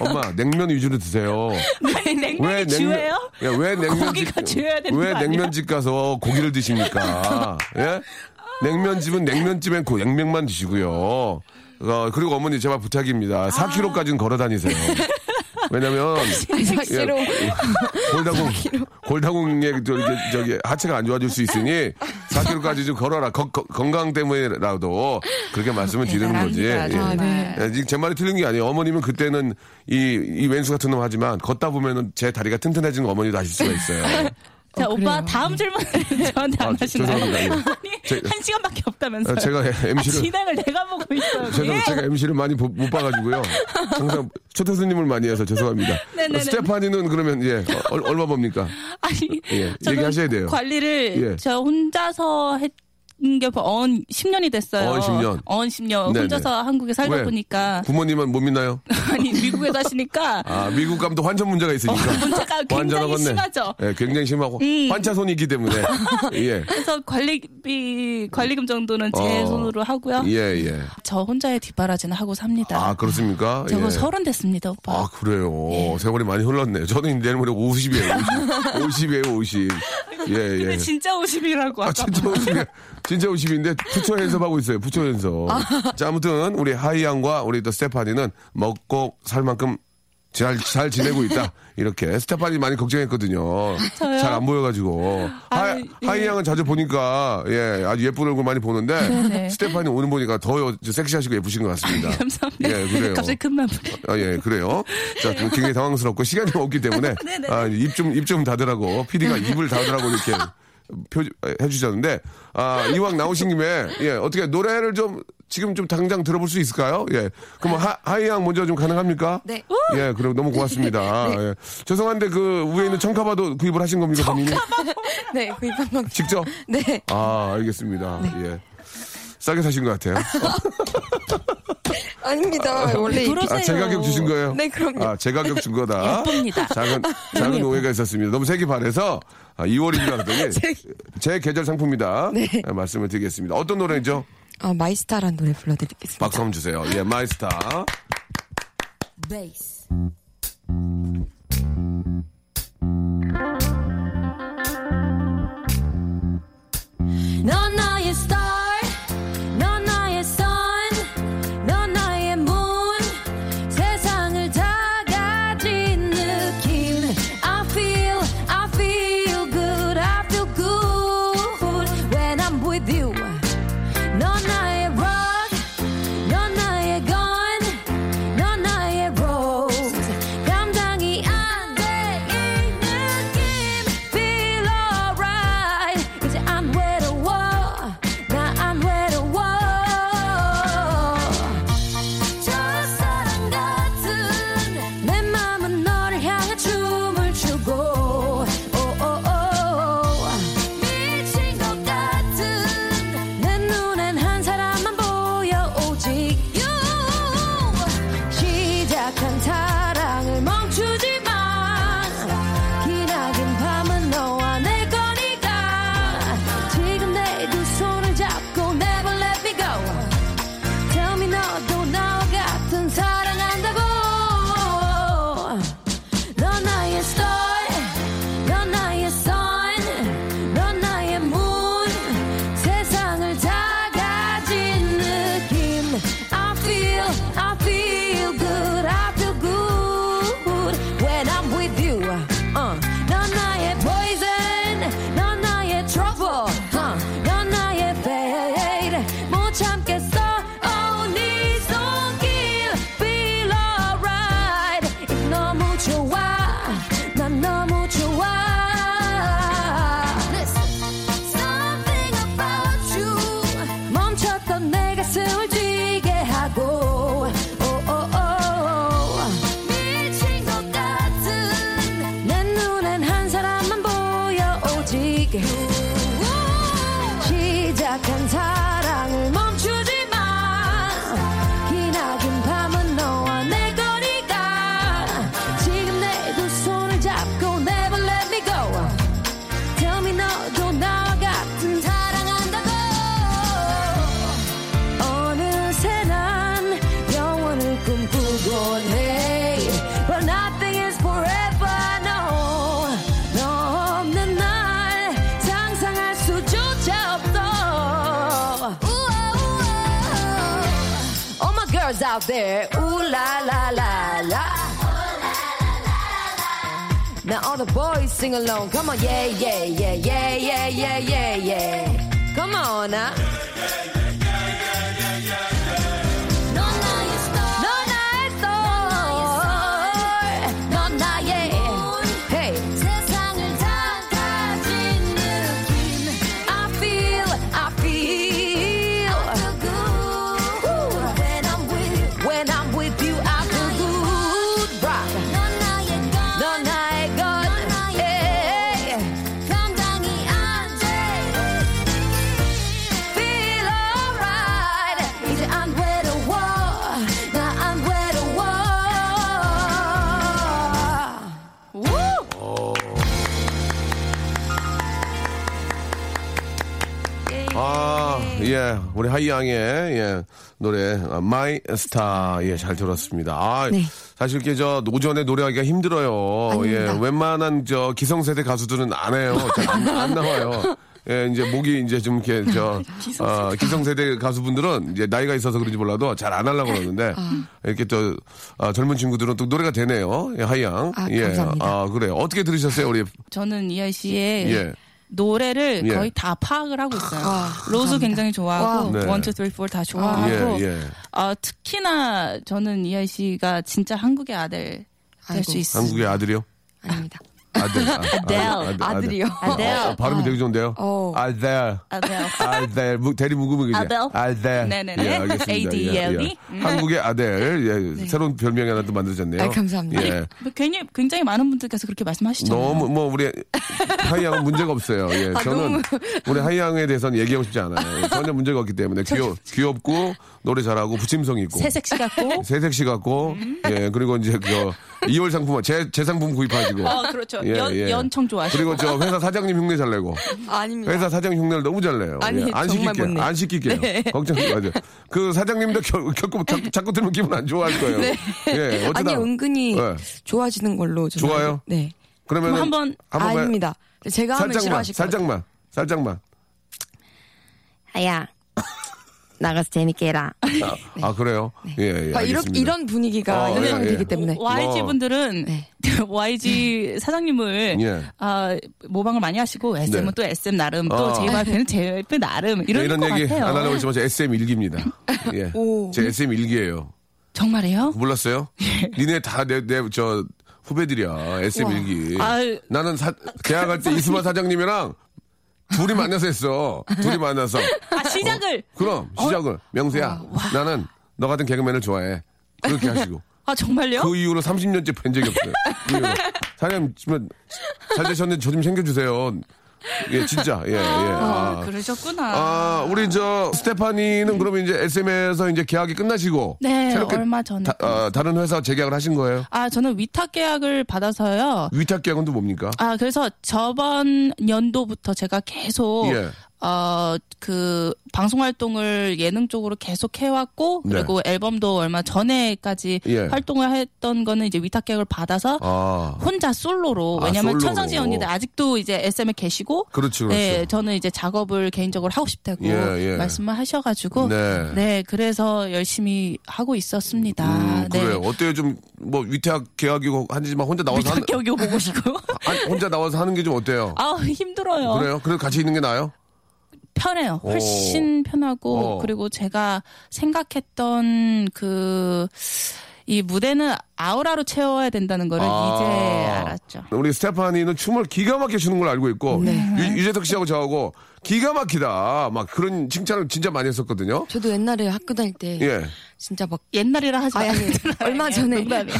Speaker 2: 엄마 냉면 위주로 드세요.
Speaker 6: 아니 네, 냉면이 주예요?
Speaker 2: 예,
Speaker 6: [LAUGHS]
Speaker 2: 왜 냉면집
Speaker 6: 고기가 주여야 되는
Speaker 2: 왜
Speaker 6: 거 아니야?
Speaker 2: 냉면집 가서 고기를
Speaker 6: [LAUGHS]
Speaker 2: 드십니까? 예? 냉면집은 냉면집엔 고 냉면만 드시고요. 어, 그리고 어머니 제발 부탁입니다.
Speaker 6: 아.
Speaker 2: 4km까지는 걸어 다니세요.
Speaker 6: [LAUGHS]
Speaker 2: 왜냐면 [LAUGHS]
Speaker 5: 사기로
Speaker 2: 골다공 골다공에 저 이렇게 저기 하체가 안 좋아질 수 있으니 4km까지 좀 걸어라 거- 거- 건강 때문에라도 그렇게
Speaker 6: 네,
Speaker 2: 말씀을 드리는 거지. 예.
Speaker 5: 아,
Speaker 6: 대단합니다,
Speaker 5: 네.
Speaker 6: 정말.
Speaker 2: 예, 지금 제 말이 틀린 게 아니에요. 어머님은 그때는 이, 이 왼수 같은 놈 하지만 걷다 보면은 제 다리가 튼튼해지는 거 어머니도 아실 수가
Speaker 6: [LAUGHS] 네,
Speaker 2: 있어요.
Speaker 6: 자 오빠
Speaker 5: 그래요.
Speaker 6: 다음 [LAUGHS] 질문 [LAUGHS] 저한테 안
Speaker 2: 아, 죄-
Speaker 6: 하시나요?
Speaker 2: 죄송합니다. 예.
Speaker 6: 아니
Speaker 2: 제-
Speaker 6: 한 시간밖에 없다면서요?
Speaker 2: 아, 제가
Speaker 6: 아,
Speaker 2: MC를
Speaker 6: 진행을 내가 보고 있어요.
Speaker 2: [LAUGHS] 죄송 제가 MC를 많이 보- 못 봐가지고요. 항상 초태수님을 많이 해서 죄송합니다.
Speaker 6: [LAUGHS] 네네네.
Speaker 2: 스테파니는 그러면 예 얼- 얼마 봅니까?
Speaker 6: 아니,
Speaker 2: 예,
Speaker 6: 저는
Speaker 2: 얘기하셔야 돼요.
Speaker 6: 관리를
Speaker 2: 예.
Speaker 6: 저 혼자서 했는 게언 10년이 됐어요.
Speaker 2: 언 10년.
Speaker 6: 언 10년.
Speaker 2: 네네.
Speaker 6: 혼자서 한국에 살다
Speaker 2: 왜?
Speaker 6: 보니까
Speaker 2: 부모님은 못 믿나요?
Speaker 5: [LAUGHS]
Speaker 6: 아니 미국에 사시니까
Speaker 2: 아 미국 감도 환전 문제가 있으니까.
Speaker 6: [LAUGHS] 문제가 어, 굉장히
Speaker 2: 완전하겠네.
Speaker 6: 심하죠.
Speaker 2: 예, 굉장히 심하고
Speaker 6: 음.
Speaker 2: 환차손이 있기 때문에 예.
Speaker 6: 그래서 관리비 관리금 정도는 제
Speaker 2: 어.
Speaker 6: 손으로 하고요.
Speaker 2: 예, 예.
Speaker 6: 저 혼자의 뒷바라지는 하고 삽니다.
Speaker 2: 아, 그렇습니까?
Speaker 6: 네. 저거
Speaker 2: 예.
Speaker 6: 서른 됐습니다, 오빠.
Speaker 2: 아, 그래요.
Speaker 6: 예.
Speaker 2: 세월이 많이 흘렀네요. 저는 내일 모레 50이에요. 50. 50이에요, 50. 예,
Speaker 6: [LAUGHS] 근데
Speaker 2: 예.
Speaker 6: 진짜 50이라고
Speaker 2: 아, 진짜 50이에요. 진짜 50인데 부처 연습하고 있어요. 부처 연습.
Speaker 6: 아.
Speaker 2: 자, 아무튼 우리 하이양과 우리 또 스테파니는 먹고 살 만큼 잘, 잘 지내고 있다.
Speaker 6: [LAUGHS]
Speaker 2: 이렇게. 스테파니 많이 걱정했거든요.
Speaker 6: 저요?
Speaker 2: 잘 안 보여가지고. 하,
Speaker 6: 아유, 예.
Speaker 2: 하이양은 자주 보니까, 예, 아주 예쁜 얼굴 많이 보는데,
Speaker 6: 네네.
Speaker 2: 스테파니 오늘 보니까 더 여- 섹시하시고 예쁘신 것 같습니다.
Speaker 6: [LAUGHS] 감사합니다.
Speaker 2: 예, 그래요.
Speaker 6: 갑자기 큰맘 부려.
Speaker 2: 아, 예, 그래요. 자, 그럼 굉장히 당황스럽고 시간이 없기 때문에 아, 입 좀 입 좀 닫으라고 PD가 입을 닫으라고 이렇게 표 해주셨는데 아 이왕 나오신 김에 예 어떻게 노래를 좀 지금 좀 당장 들어볼 수 있을까요? 예, 그럼 하, 하이양 먼저 좀 가능합니까?
Speaker 5: 네.
Speaker 2: 예, 그리고 너무 고맙습니다. 예. 죄송한데 그 위에 있는 청카바도 구입을 하신 겁니까, 본인이?
Speaker 5: 네, 구입한 건
Speaker 2: 직접?
Speaker 5: [LAUGHS] 네.
Speaker 2: 아, 알겠습니다. 예. 싸게 사신 것 같아요.
Speaker 5: 아닙니다. 원래
Speaker 6: 부러워.
Speaker 2: 아, 제 가격 주신 거예요?
Speaker 5: 네, 그럼요.
Speaker 2: 아, 제 가격 준 거다.
Speaker 6: 예쁩니다.
Speaker 2: 작은, 작은 오해가 있었습니다. 너무 색이 바래서 아, 2월인 줄 알았더니 제 계절 상품이다.
Speaker 5: 네.
Speaker 2: 아, 말씀을 드리겠습니다. 어떤 노래죠?
Speaker 5: 어, 마이스타라는 노래 불러드리겠습니다.
Speaker 2: 박수 한번 주세요. 예, 마이스타.
Speaker 4: 베이스 넌 나의 star 넌 나의 sun 넌 나의 moon 세상을 다 가진 느낌 I feel I feel good I feel good when I'm with you 넌 나의 rock 넌 나의 gun 넌 나의 rose 감당이 안돼이 느낌 Feel alright 이제 안 외로워 나 안 외로워 첫사랑 같은 내 맘은 너를 향해 춤을 추고 오오오 미친 것 같은 내 눈엔 한 사람만 보여 오직 you 시작한 사랑을 멈추지 마 기나긴 밤은 너와 내 거니까 지금 내 두 손을 잡고 never let me go Tell me 너도 나와 같은 사랑한다고 넌 나의 star 넌 나의 sun 넌 나의 moon 세상을 다 가진 느낌 I feel I feel good I feel good when I'm with you uh. 넌 나의 poison 넌 나의 trouble huh. 넌 나의 fate 못 참겠어 oh 네 손길 feel alright 너무 좋아 난 너무 좋아 Something about you 멈췄던 내 가슴을 뛰게 하고 Oh, 오오오 미친 것 같은 내 눈엔 한 사람만 보여 오직 시작한 사랑을 멈추지 마 기나긴 밤은 너와 내 거리가 지금 내 두 손을 잡고 never let me go Tell me 너도 나 같은 사랑한다고 어느새 난 영원을 꿈꾸곤 해 But nothing is forever no 너 없는 날 상상할 수조차 없어 우와, 우와. All my girls out there ooh la la la la Now all the boys sing along. Come on, yeah, yeah, yeah, yeah, yeah, yeah, yeah, yeah. Come on, huh? When I'm with you, I feel good. Rock. 넌 나의 것 에이. Feel alright 이제 안 외로워 나 안 외로워 Woo!
Speaker 2: 아,
Speaker 5: 네.
Speaker 2: 예. 우리 하이양의, 예, 노래, 아, My Star. 예, 잘 들었습니다. 아,
Speaker 5: 네.
Speaker 2: 사실 이렇게 저, 노전에 노래하기가 힘들어요.
Speaker 5: 아닙니다.
Speaker 2: 예, 웬만한 저, 기성세대 가수들은 안 해요. 잘 안, 안 나와요. 예, 이제 목이 이제 좀 이렇게 저, 아, 기성세대 가수분들은 이제 나이가 있어서 그런지 몰라도 잘 안 하려고 그러는데, 이렇게 또, 아, 젊은 친구들은 또 노래가 되네요. 예, 하이양.
Speaker 5: 아,
Speaker 2: 예.
Speaker 5: 감사합니다.
Speaker 2: 아, 그래요. 어떻게 들으셨어요, 우리?
Speaker 6: 저는 이하이 씨의
Speaker 2: 예.
Speaker 6: 노래를
Speaker 2: 예.
Speaker 6: 거의 다 파악을 하고 있어요.
Speaker 5: 와,
Speaker 6: 로즈
Speaker 5: 아, 감사합니다.
Speaker 6: 굉장히 좋아하고
Speaker 2: 와. 네.
Speaker 6: 원, 투, 쓰리, 포 다 좋아하고
Speaker 2: 예, 예.
Speaker 6: 어, 특히나 저는 이하이 씨가 진짜 한국의 아들 될 수
Speaker 5: 아이고.
Speaker 6: 있어요.
Speaker 2: 한국의 아들이요?
Speaker 5: 아닙니다.
Speaker 2: 아들.
Speaker 5: [LAUGHS]
Speaker 2: 아, 아들, 아들,
Speaker 5: 네, 아들이요. 네.
Speaker 6: 아델.
Speaker 2: 어, 발음이 되게 좋은데요.
Speaker 5: 어.
Speaker 2: 아델.
Speaker 6: 아델.
Speaker 2: 아델. 무- 대리 무금이지.
Speaker 6: 아델.
Speaker 2: 아델.
Speaker 6: 네네네. E
Speaker 2: 예, 알겠습니다.
Speaker 6: ADL.
Speaker 2: 예, 예. 한국의 아델.
Speaker 6: 네.
Speaker 2: 예, 새로운 별명이 하나 또 만들어졌네요.
Speaker 5: 아, 감사합니다.
Speaker 2: 예.
Speaker 6: 굉장히, 굉장히 많은 분들께서 그렇게 말씀하시죠. 아,
Speaker 2: 너무 뭐 우리 하이양은 문제가 없어요. 예, 저는 우리 하이양에 대해서는 얘기하고 싶지 않아요. 예, 전혀 문제가 없기 때문에 귀여, 귀엽고 노래 잘하고 부침성 있고
Speaker 6: 새색시 같고. 음.
Speaker 2: 새색시 같고 예 그리고 이제 그 2월 상품 제, 제 상품 구입하시고 예,
Speaker 6: 어, 그렇죠. 연, 연청 좋아하시고.
Speaker 2: 그리고 저 회사 사장님 흉내 잘 내고
Speaker 5: 아닙니다.
Speaker 2: 회사 회사 사장 흉내를 너무 잘 내요.
Speaker 5: 아니,
Speaker 2: 예, 안
Speaker 5: 정말 못
Speaker 2: 시킬게요.
Speaker 5: 내요.
Speaker 2: 안 시킬게요.
Speaker 5: 네.
Speaker 2: 걱정 마세요. 그 사장님도 겪- 겪고 자꾸, 자꾸 들으면 기분 안 좋아할 거예요. 예, 어쩌다.
Speaker 5: 네. 아니 은근히
Speaker 2: 네.
Speaker 5: 좋아지는 걸로 저는
Speaker 2: 좋아요?
Speaker 5: 알고- 네.
Speaker 2: 그러면
Speaker 6: 한번
Speaker 5: 아닙니다. 제가 하면
Speaker 2: 살짝만,
Speaker 5: 싫어하실 거예요.
Speaker 2: 살짝만, 살짝만.
Speaker 5: 아야 나가서 재밌게 해라.
Speaker 2: 아 그래요? 예, 예.
Speaker 5: 네. 아, 이런
Speaker 2: 알겠습니다.
Speaker 5: 이런 분위기가
Speaker 2: 어,
Speaker 5: 형성이
Speaker 2: 예, 예.
Speaker 5: 되기 때문에
Speaker 6: YG
Speaker 2: 어.
Speaker 6: 분들은 [LAUGHS]
Speaker 5: 네.
Speaker 6: YG 사장님을
Speaker 2: 예.
Speaker 6: 아, 모방을 많이 하시고 SM은
Speaker 2: 네.
Speaker 6: 또 SM 나름
Speaker 2: 어.
Speaker 6: 또 JYP는 JYP 나름 이런
Speaker 2: 네, 이런
Speaker 6: 것
Speaker 2: 얘기
Speaker 6: 같아요.
Speaker 2: 안 하려고 했지만
Speaker 5: [LAUGHS]
Speaker 2: 저 SM 일기입니다. 예.
Speaker 5: 오.
Speaker 2: 제 SM 일기예요.
Speaker 6: 정말이에요? [LAUGHS]
Speaker 2: 몰랐어요? 니네 다 내 내 저 후배들이야. SM
Speaker 5: 우와.
Speaker 2: 일기.
Speaker 6: 아,
Speaker 2: 나는 사, 대학
Speaker 6: [LAUGHS]
Speaker 2: 갈 때 이수만 사장님이랑 둘이 만나서 했어. 둘이 만나서.
Speaker 6: 아, 어? 시작을
Speaker 2: 그럼 시작을 명수야. 나는 너 같은 개그맨을 좋아해. 그렇게 하시고.
Speaker 6: 아 정말요?
Speaker 2: 그 이후로 30년째 뵌 적이 없어요. 그 이후로. 사장님, 정말 잘 되셨는데 저 좀 챙겨주세요. 예, 진짜. 예, 예.
Speaker 6: 아,
Speaker 2: 아,
Speaker 6: 그러셨구나.
Speaker 2: 아, 우리 저 스테파니는 그러면 이제 SM에서 이제 계약이 끝나시고
Speaker 6: 네,
Speaker 2: 새롭게
Speaker 6: 얼마 전에.
Speaker 2: 다, 아, 다른 회사 재계약을 하신 거예요?
Speaker 6: 아, 저는 위탁 계약을 받아서요.
Speaker 2: 위탁 계약은 또 뭡니까?
Speaker 6: 아, 그래서 저번 연도부터 제가 계속
Speaker 2: 예.
Speaker 6: 어, 그 방송 활동을 예능 쪽으로 계속 해왔고
Speaker 2: 네.
Speaker 6: 그리고 앨범도 얼마 전에까지
Speaker 2: 예.
Speaker 6: 활동을 했던 거는 이제 위탁 계약을 받아서
Speaker 2: 아,
Speaker 6: 혼자 솔로로
Speaker 2: 아,
Speaker 6: 왜냐면
Speaker 2: 솔로로.
Speaker 6: 천상지 언니들 아직도 이제 SM에 계시고
Speaker 2: 그렇죠, 그렇죠.
Speaker 6: 네, 저는 이제 작업을 개인적으로 하고 싶다고
Speaker 2: 예, 예.
Speaker 6: 말씀을 하셔가지고
Speaker 2: 네.
Speaker 6: 네. 그래서 열심히 하고 있었습니다.
Speaker 2: 음,
Speaker 6: 네.
Speaker 2: 그래요. 어때요? 좀 뭐 위탁 계약이고 하지만 혼자 나와서
Speaker 6: 위탁
Speaker 2: 하는,
Speaker 6: 계약이 오고 싶고요.
Speaker 2: 아니, 혼자 나와서 하는 게 좀 어때요?
Speaker 6: 아 [LAUGHS] 힘들어요.
Speaker 2: 그래요? 그래도 같이 있는 게 나아요?
Speaker 6: 편해요.
Speaker 2: 오.
Speaker 6: 훨씬 편하고
Speaker 2: 어.
Speaker 6: 그리고 제가 생각했던 그. 이 무대는 아우라로 채워야 된다는 거를
Speaker 2: 아.
Speaker 6: 이제 알았죠.
Speaker 2: 우리 스테파니는 춤을 기가 막히게 추는 걸 알고 있고
Speaker 6: 네.
Speaker 2: 유, 유재석 씨하고 저하고 기가 막히다 막 그런 칭찬을 진짜 많이 했었거든요.
Speaker 5: 저도 옛날에 학교 다닐
Speaker 6: 네.
Speaker 5: 때
Speaker 2: 예.
Speaker 5: 진짜 막
Speaker 6: 옛날이라 하지
Speaker 5: 아니,
Speaker 6: 마요.
Speaker 5: 아니, [LAUGHS] 얼마
Speaker 6: [LAUGHS]
Speaker 5: 전에
Speaker 6: 농담이에요.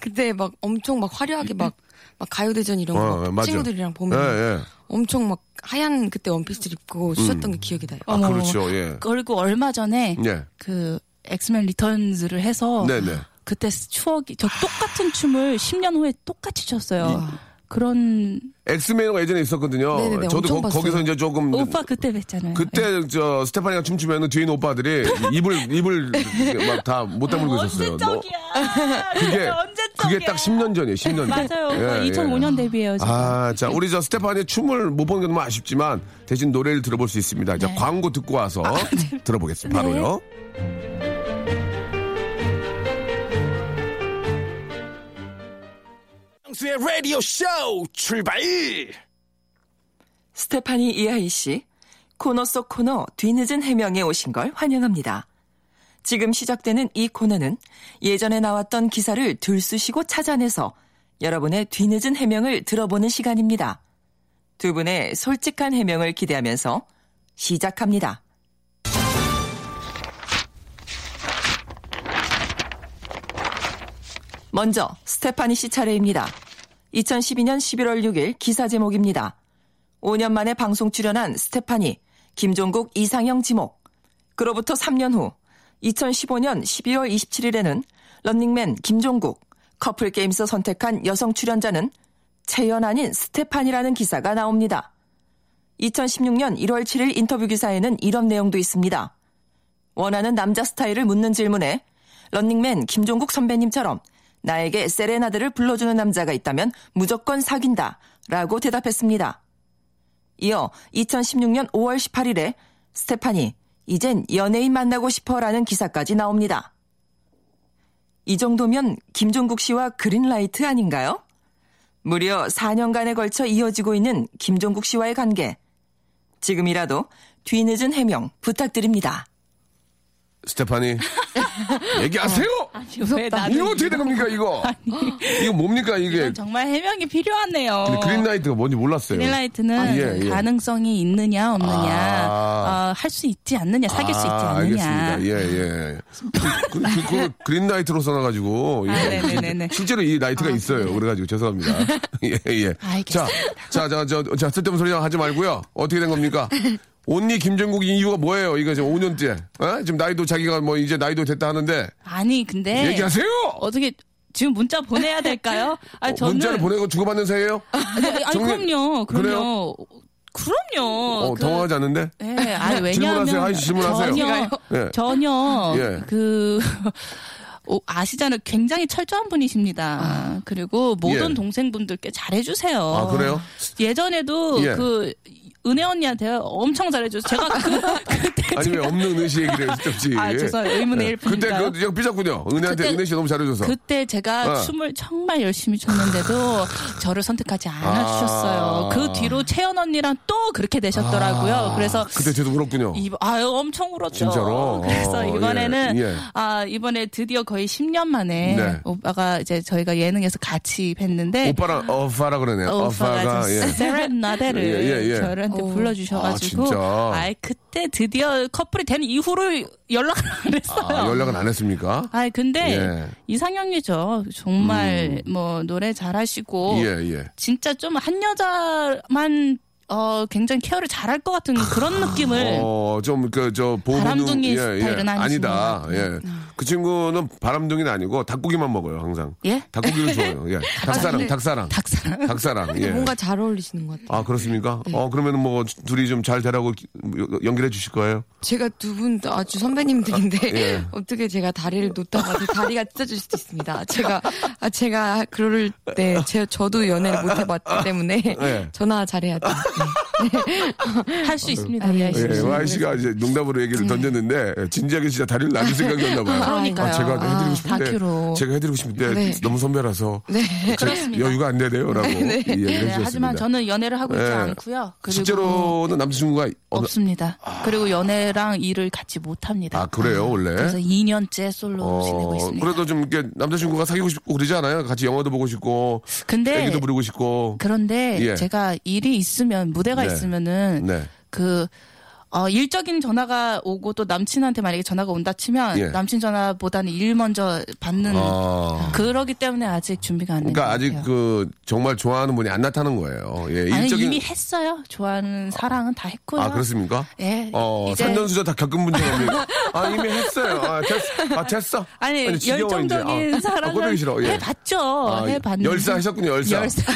Speaker 5: [LAUGHS] 그때 막 엄청 막 화려하게 막, 막 가요대전 이런
Speaker 2: 어,
Speaker 5: 거
Speaker 2: 맞아.
Speaker 5: 친구들이랑
Speaker 2: 예,
Speaker 5: 보면
Speaker 2: 예.
Speaker 5: 엄청 막 하얀 그때 원피스를 입고 추셨던 게 기억이 나요.
Speaker 2: 아,
Speaker 6: 어머,
Speaker 2: 그렇죠. 예.
Speaker 6: 뭐 그리고 얼마 전에
Speaker 2: 예.
Speaker 6: 그 엑스맨 리턴즈를 해서
Speaker 2: 네네.
Speaker 6: 그때 추억이 저 똑같은 춤을 10년 후에 똑같이 췄어요. 그런
Speaker 2: 엑스맨이 예전에 있었거든요.
Speaker 5: 네네네,
Speaker 2: 저도
Speaker 5: 엄청
Speaker 2: 거,
Speaker 5: 봤어요.
Speaker 2: 거기서 이제 조금
Speaker 6: 오빠 그때 뵀잖아요. 예.
Speaker 2: 그때 저 스테파니가 춤추면은 뒤에 있는 오빠들이 입을 입을 막 다 못 다물고 있었어요. 너-
Speaker 6: 언제적이야.
Speaker 2: 뭐.
Speaker 7: [LAUGHS]
Speaker 2: 그게
Speaker 6: 언제적이야.
Speaker 2: 그게 딱 10년 전이에요. 10년 전.
Speaker 6: 맞아요.
Speaker 2: 예, 예.
Speaker 6: 2005년 데뷔예요. 지금.
Speaker 2: 아, 자, 우리 저 스테파니의 춤을 못 보는 게 너무 아쉽지만 대신 노래를 들어볼 수 있습니다. 자, 광고 듣고 와서 들어보겠습니다. 바로요.
Speaker 1: 박명수의 라디오 쇼 출발!
Speaker 7: 스테파니 이하이 씨, 코너 속 코너 뒤늦은 해명에 오신 걸 환영합니다. 지금 시작되는 이 코너는 예전에 나왔던 기사를 들쑤시고 찾아내서 여러분의 뒤늦은 해명을 들어보는 시간입니다. 두 분의 솔직한 해명을 기대하면서 시작합니다. 먼저 스테파니 씨 차례입니다. 2012년 11월 6일 기사 제목입니다. 5년 만에 방송 출연한 스테파니, 김종국, 이상형 지목. 그로부터 3년 후 2015년 12월 27일에는 런닝맨 김종국, 커플 게임에서 선택한 여성 출연자는 채연 아닌 스테파니라는 기사가 나옵니다. 2016년 1월 7일 인터뷰 기사에는 이런 내용도 있습니다. 원하는 남자 스타일을 묻는 질문에 런닝맨 김종국 선배님처럼 나에게 세레나드를 불러주는 남자가 있다면 무조건 사귄다 라고 대답했습니다. 이어 2016년 5월 18일에 스테파니, 이젠 연예인 만나고 싶어 라는 기사까지 나옵니다. 이 정도면 김종국 씨와 그린라이트 아닌가요? 무려 4년간에 걸쳐 이어지고 있는 김종국 씨와의 관계. 지금이라도 뒤늦은 해명 부탁드립니다.
Speaker 2: 스테파니. 얘기하세요!
Speaker 6: 왜 나는
Speaker 2: 이거 어떻게 된 겁니까, 이거? 이거 뭡니까, 이게?
Speaker 6: 이건 정말 해명이 필요하네요.
Speaker 2: 근데 그린라이트가 뭔지 몰랐어요.
Speaker 6: 그린라이트는
Speaker 2: 아, 예, 예.
Speaker 6: 가능성이 있느냐 없느냐
Speaker 2: 아.
Speaker 6: 할 수 있지 않느냐 사귈 수 있지
Speaker 2: 아,
Speaker 6: 않느냐
Speaker 2: 알겠습니다. 예, 예. 그, 그, 그, 그린라이트로 써놔가지고.
Speaker 6: 아,
Speaker 2: 예.
Speaker 6: 네네네네. 아, 네.
Speaker 2: 실제로 이 라이트가 있어요. 그래가지고 죄송합니다. [LAUGHS] 예, 예.
Speaker 6: 알겠습니다.
Speaker 2: 자, 자, 자, 저, 자, 쓸데없는 소리 하지 말고요. 어떻게 된
Speaker 6: [LAUGHS]
Speaker 2: 겁니까? 온니 김종국 이유가 뭐예요? 이거 지금 5년째. 지금 나이도 자기가 뭐 이제 나이도 됐다 하는데.
Speaker 6: 아니 근데
Speaker 2: 얘기하세요!
Speaker 6: 네. 어떻게 지금 문자
Speaker 2: [LAUGHS]
Speaker 6: 보내야 될까요? 아 네,
Speaker 2: 어, 문자를 보내고 주고받는 사이에요?
Speaker 6: 아니, 아니,
Speaker 2: 정리-
Speaker 6: 그럼요, 그럼요. 그럼요.
Speaker 2: 어,
Speaker 6: 그-
Speaker 2: 당황하지 않는데?
Speaker 6: 네, 아니
Speaker 2: [LAUGHS]
Speaker 6: 왜냐하면
Speaker 2: 질문하세요. 하이 질문하세요.
Speaker 6: 전혀
Speaker 2: 예.
Speaker 6: 전혀
Speaker 2: 예.
Speaker 6: 그 [LAUGHS] 오, 아시잖아요. 굉장히 철저한 분이십니다. 그리고 모든
Speaker 2: 아. 예.
Speaker 6: 동생분들께 잘해주세요.
Speaker 2: 아, 그래요?
Speaker 6: 예전에도
Speaker 2: 예.
Speaker 6: 그 은혜 언니한테 엄청 잘해줘서 제가 그, [LAUGHS] 그때
Speaker 2: 아니, 왜 없는 은혜 씨 얘기를 했었지?
Speaker 6: 아 죄송해요. 의문의
Speaker 2: 예. 그때
Speaker 6: 일뿐인가요?
Speaker 2: 그, 이거 삐졌군요. 은혜한테
Speaker 6: 그때-
Speaker 2: 은혜 씨 너무 잘해줘서.
Speaker 6: 그때 제가
Speaker 2: 어.
Speaker 6: 춤을 정말
Speaker 2: [LAUGHS]
Speaker 6: 열심히 췄는데도 저를 선택하지 않아주셨어요.
Speaker 2: 아.
Speaker 6: 그 뒤로 채연 언니랑 또 그렇게 되셨더라고요. 그래서
Speaker 2: 그때 쟤도 울었군요.
Speaker 6: 이, 아유 엄청 울었죠.
Speaker 2: 진짜로?
Speaker 6: 그래서
Speaker 2: 어,
Speaker 6: 이번에는
Speaker 2: 예, 예.
Speaker 6: 아 이번에 드디어 거의 10년 만에
Speaker 2: 네.
Speaker 6: 오빠가 이제 저희가 예능에서 같이 뵀는데
Speaker 2: 오빠랑 어파라 그러네요.
Speaker 6: 네. 오빠가
Speaker 2: 어파가
Speaker 6: 저
Speaker 2: 예.
Speaker 6: 세레나데를
Speaker 2: 예, 예, 예.
Speaker 6: 저한테
Speaker 5: 오.
Speaker 2: 아,
Speaker 6: 불러주셔가지고
Speaker 2: 진짜.
Speaker 6: 아, 이 그때 드디어 커플이 된 이후로 연락을 안 했어요.
Speaker 2: 아, 연락은 안 했습니까?
Speaker 6: 아이, 근데
Speaker 2: 예. 음.
Speaker 6: 이상형이죠. 정말 뭐 노래 잘하시고
Speaker 2: 예, 예.
Speaker 6: 진짜 좀 한 여자만 어 굉장히 케어를 잘할 것 같은 그런 느낌을
Speaker 2: 어, 좀, 그, 저, 보호는
Speaker 6: 네.
Speaker 2: 예.
Speaker 6: 바람둥이 스타일은 네. 아니신
Speaker 2: 아니다.
Speaker 6: 것 같아요.
Speaker 2: 예. 그 친구는 바람둥이는 아니고 닭고기만 먹어요, 항상.
Speaker 6: 예?
Speaker 2: 닭고기를 좋아해요. 예. 닭사랑,
Speaker 5: 근데-
Speaker 2: 닭사랑.
Speaker 6: 닭사랑.
Speaker 2: 닭사랑.
Speaker 5: 근데
Speaker 2: 예.
Speaker 5: 뭔가 잘 어울리시는 것 같아요.
Speaker 2: 아, 그렇습니까?
Speaker 6: 네.
Speaker 2: 어, 그러면 뭐, 둘이 좀 잘 되라고 기- 연결해 주실 거예요?
Speaker 5: 제가 두 분 아주 선배님들인데
Speaker 2: [LAUGHS] 예.
Speaker 5: [LAUGHS] 어떻게 제가 다리를 놓다가 제 다리가 찢어질 수도 있습니다. 제가 아 제가 그럴 때 제, 저도 연애를 못 해봤기 때문에
Speaker 2: [LAUGHS] 예.
Speaker 5: 전화 잘해야 네. 돼.
Speaker 2: 네.
Speaker 6: 할 수 있습니다. 네.
Speaker 5: 아, 예,
Speaker 6: 예,
Speaker 2: 예, 와이 씨가 이제 농담으로 얘기를 던졌는데, 예, 진지하게 진짜 다리를
Speaker 6: [LAUGHS]
Speaker 2: 놔줄 생각이었나 봐요.
Speaker 6: 그러니까요.
Speaker 2: 아, 제가 해드리고
Speaker 6: 아,
Speaker 2: 싶은데,
Speaker 6: 다큐로.
Speaker 2: 제가 해드리고 싶은데,
Speaker 5: 네.
Speaker 2: 너무 선배라서.
Speaker 5: 네.
Speaker 2: 제-
Speaker 6: 그렇습니다.
Speaker 2: 여유가 안 되네요. 라고. 네. 예,
Speaker 6: 네,
Speaker 2: 얘기해
Speaker 6: 하지만
Speaker 2: 주셨습니다.
Speaker 6: 저는 연애를 하고 있지
Speaker 2: 예.
Speaker 6: 않고요. 그리고
Speaker 2: 실제로는 남자친구가 어느-
Speaker 6: 없습니다. 그리고 연애랑 일을 같이 못 합니다.
Speaker 2: 아, 그래요, 원래?
Speaker 6: 그래서 2년째 솔로 로 지내고 있습니다.
Speaker 2: 그래도 좀 이렇게 남자친구가 사귀고 싶고 그러지 않아요? 같이 영화도 보고 싶고,
Speaker 6: 근데
Speaker 2: 애기도 부리고 싶고.
Speaker 6: 네. 그런데
Speaker 2: 예.
Speaker 6: 제가 일이 있으면 무대가
Speaker 2: 네.
Speaker 6: 있으면은
Speaker 2: 네.
Speaker 6: 그 어, 일적인 전화가 오고 또 남친한테 만약에 전화가 온다 치면
Speaker 2: 예.
Speaker 6: 남친 전화보다는 일 먼저 받는
Speaker 2: 아.
Speaker 6: 그러기 때문에 아직 준비가 안
Speaker 2: 그러니까
Speaker 6: 된
Speaker 2: 아직
Speaker 6: 것 같아요.
Speaker 2: 그 정말 좋아하는 분이 안 나타난 거예요. 예,
Speaker 6: 아니
Speaker 2: 일적인
Speaker 6: 이미 했어요. 좋아하는 사랑은 다 했고요.
Speaker 2: 아 그렇습니까?
Speaker 6: 예,
Speaker 2: 어,
Speaker 6: 이제-
Speaker 2: 산전수전 다 겪은 분처럼아 이미 했어요. 아 됐어. 아 됐어.
Speaker 6: 아니,
Speaker 2: 지겨워, 이제.
Speaker 6: 열정적인 사랑을
Speaker 2: 아, 꼴보기 싫어. 예.
Speaker 6: 해봤죠.
Speaker 2: 아,
Speaker 6: 해봤는데
Speaker 2: 열사 하셨군요. 열사.
Speaker 6: 열사.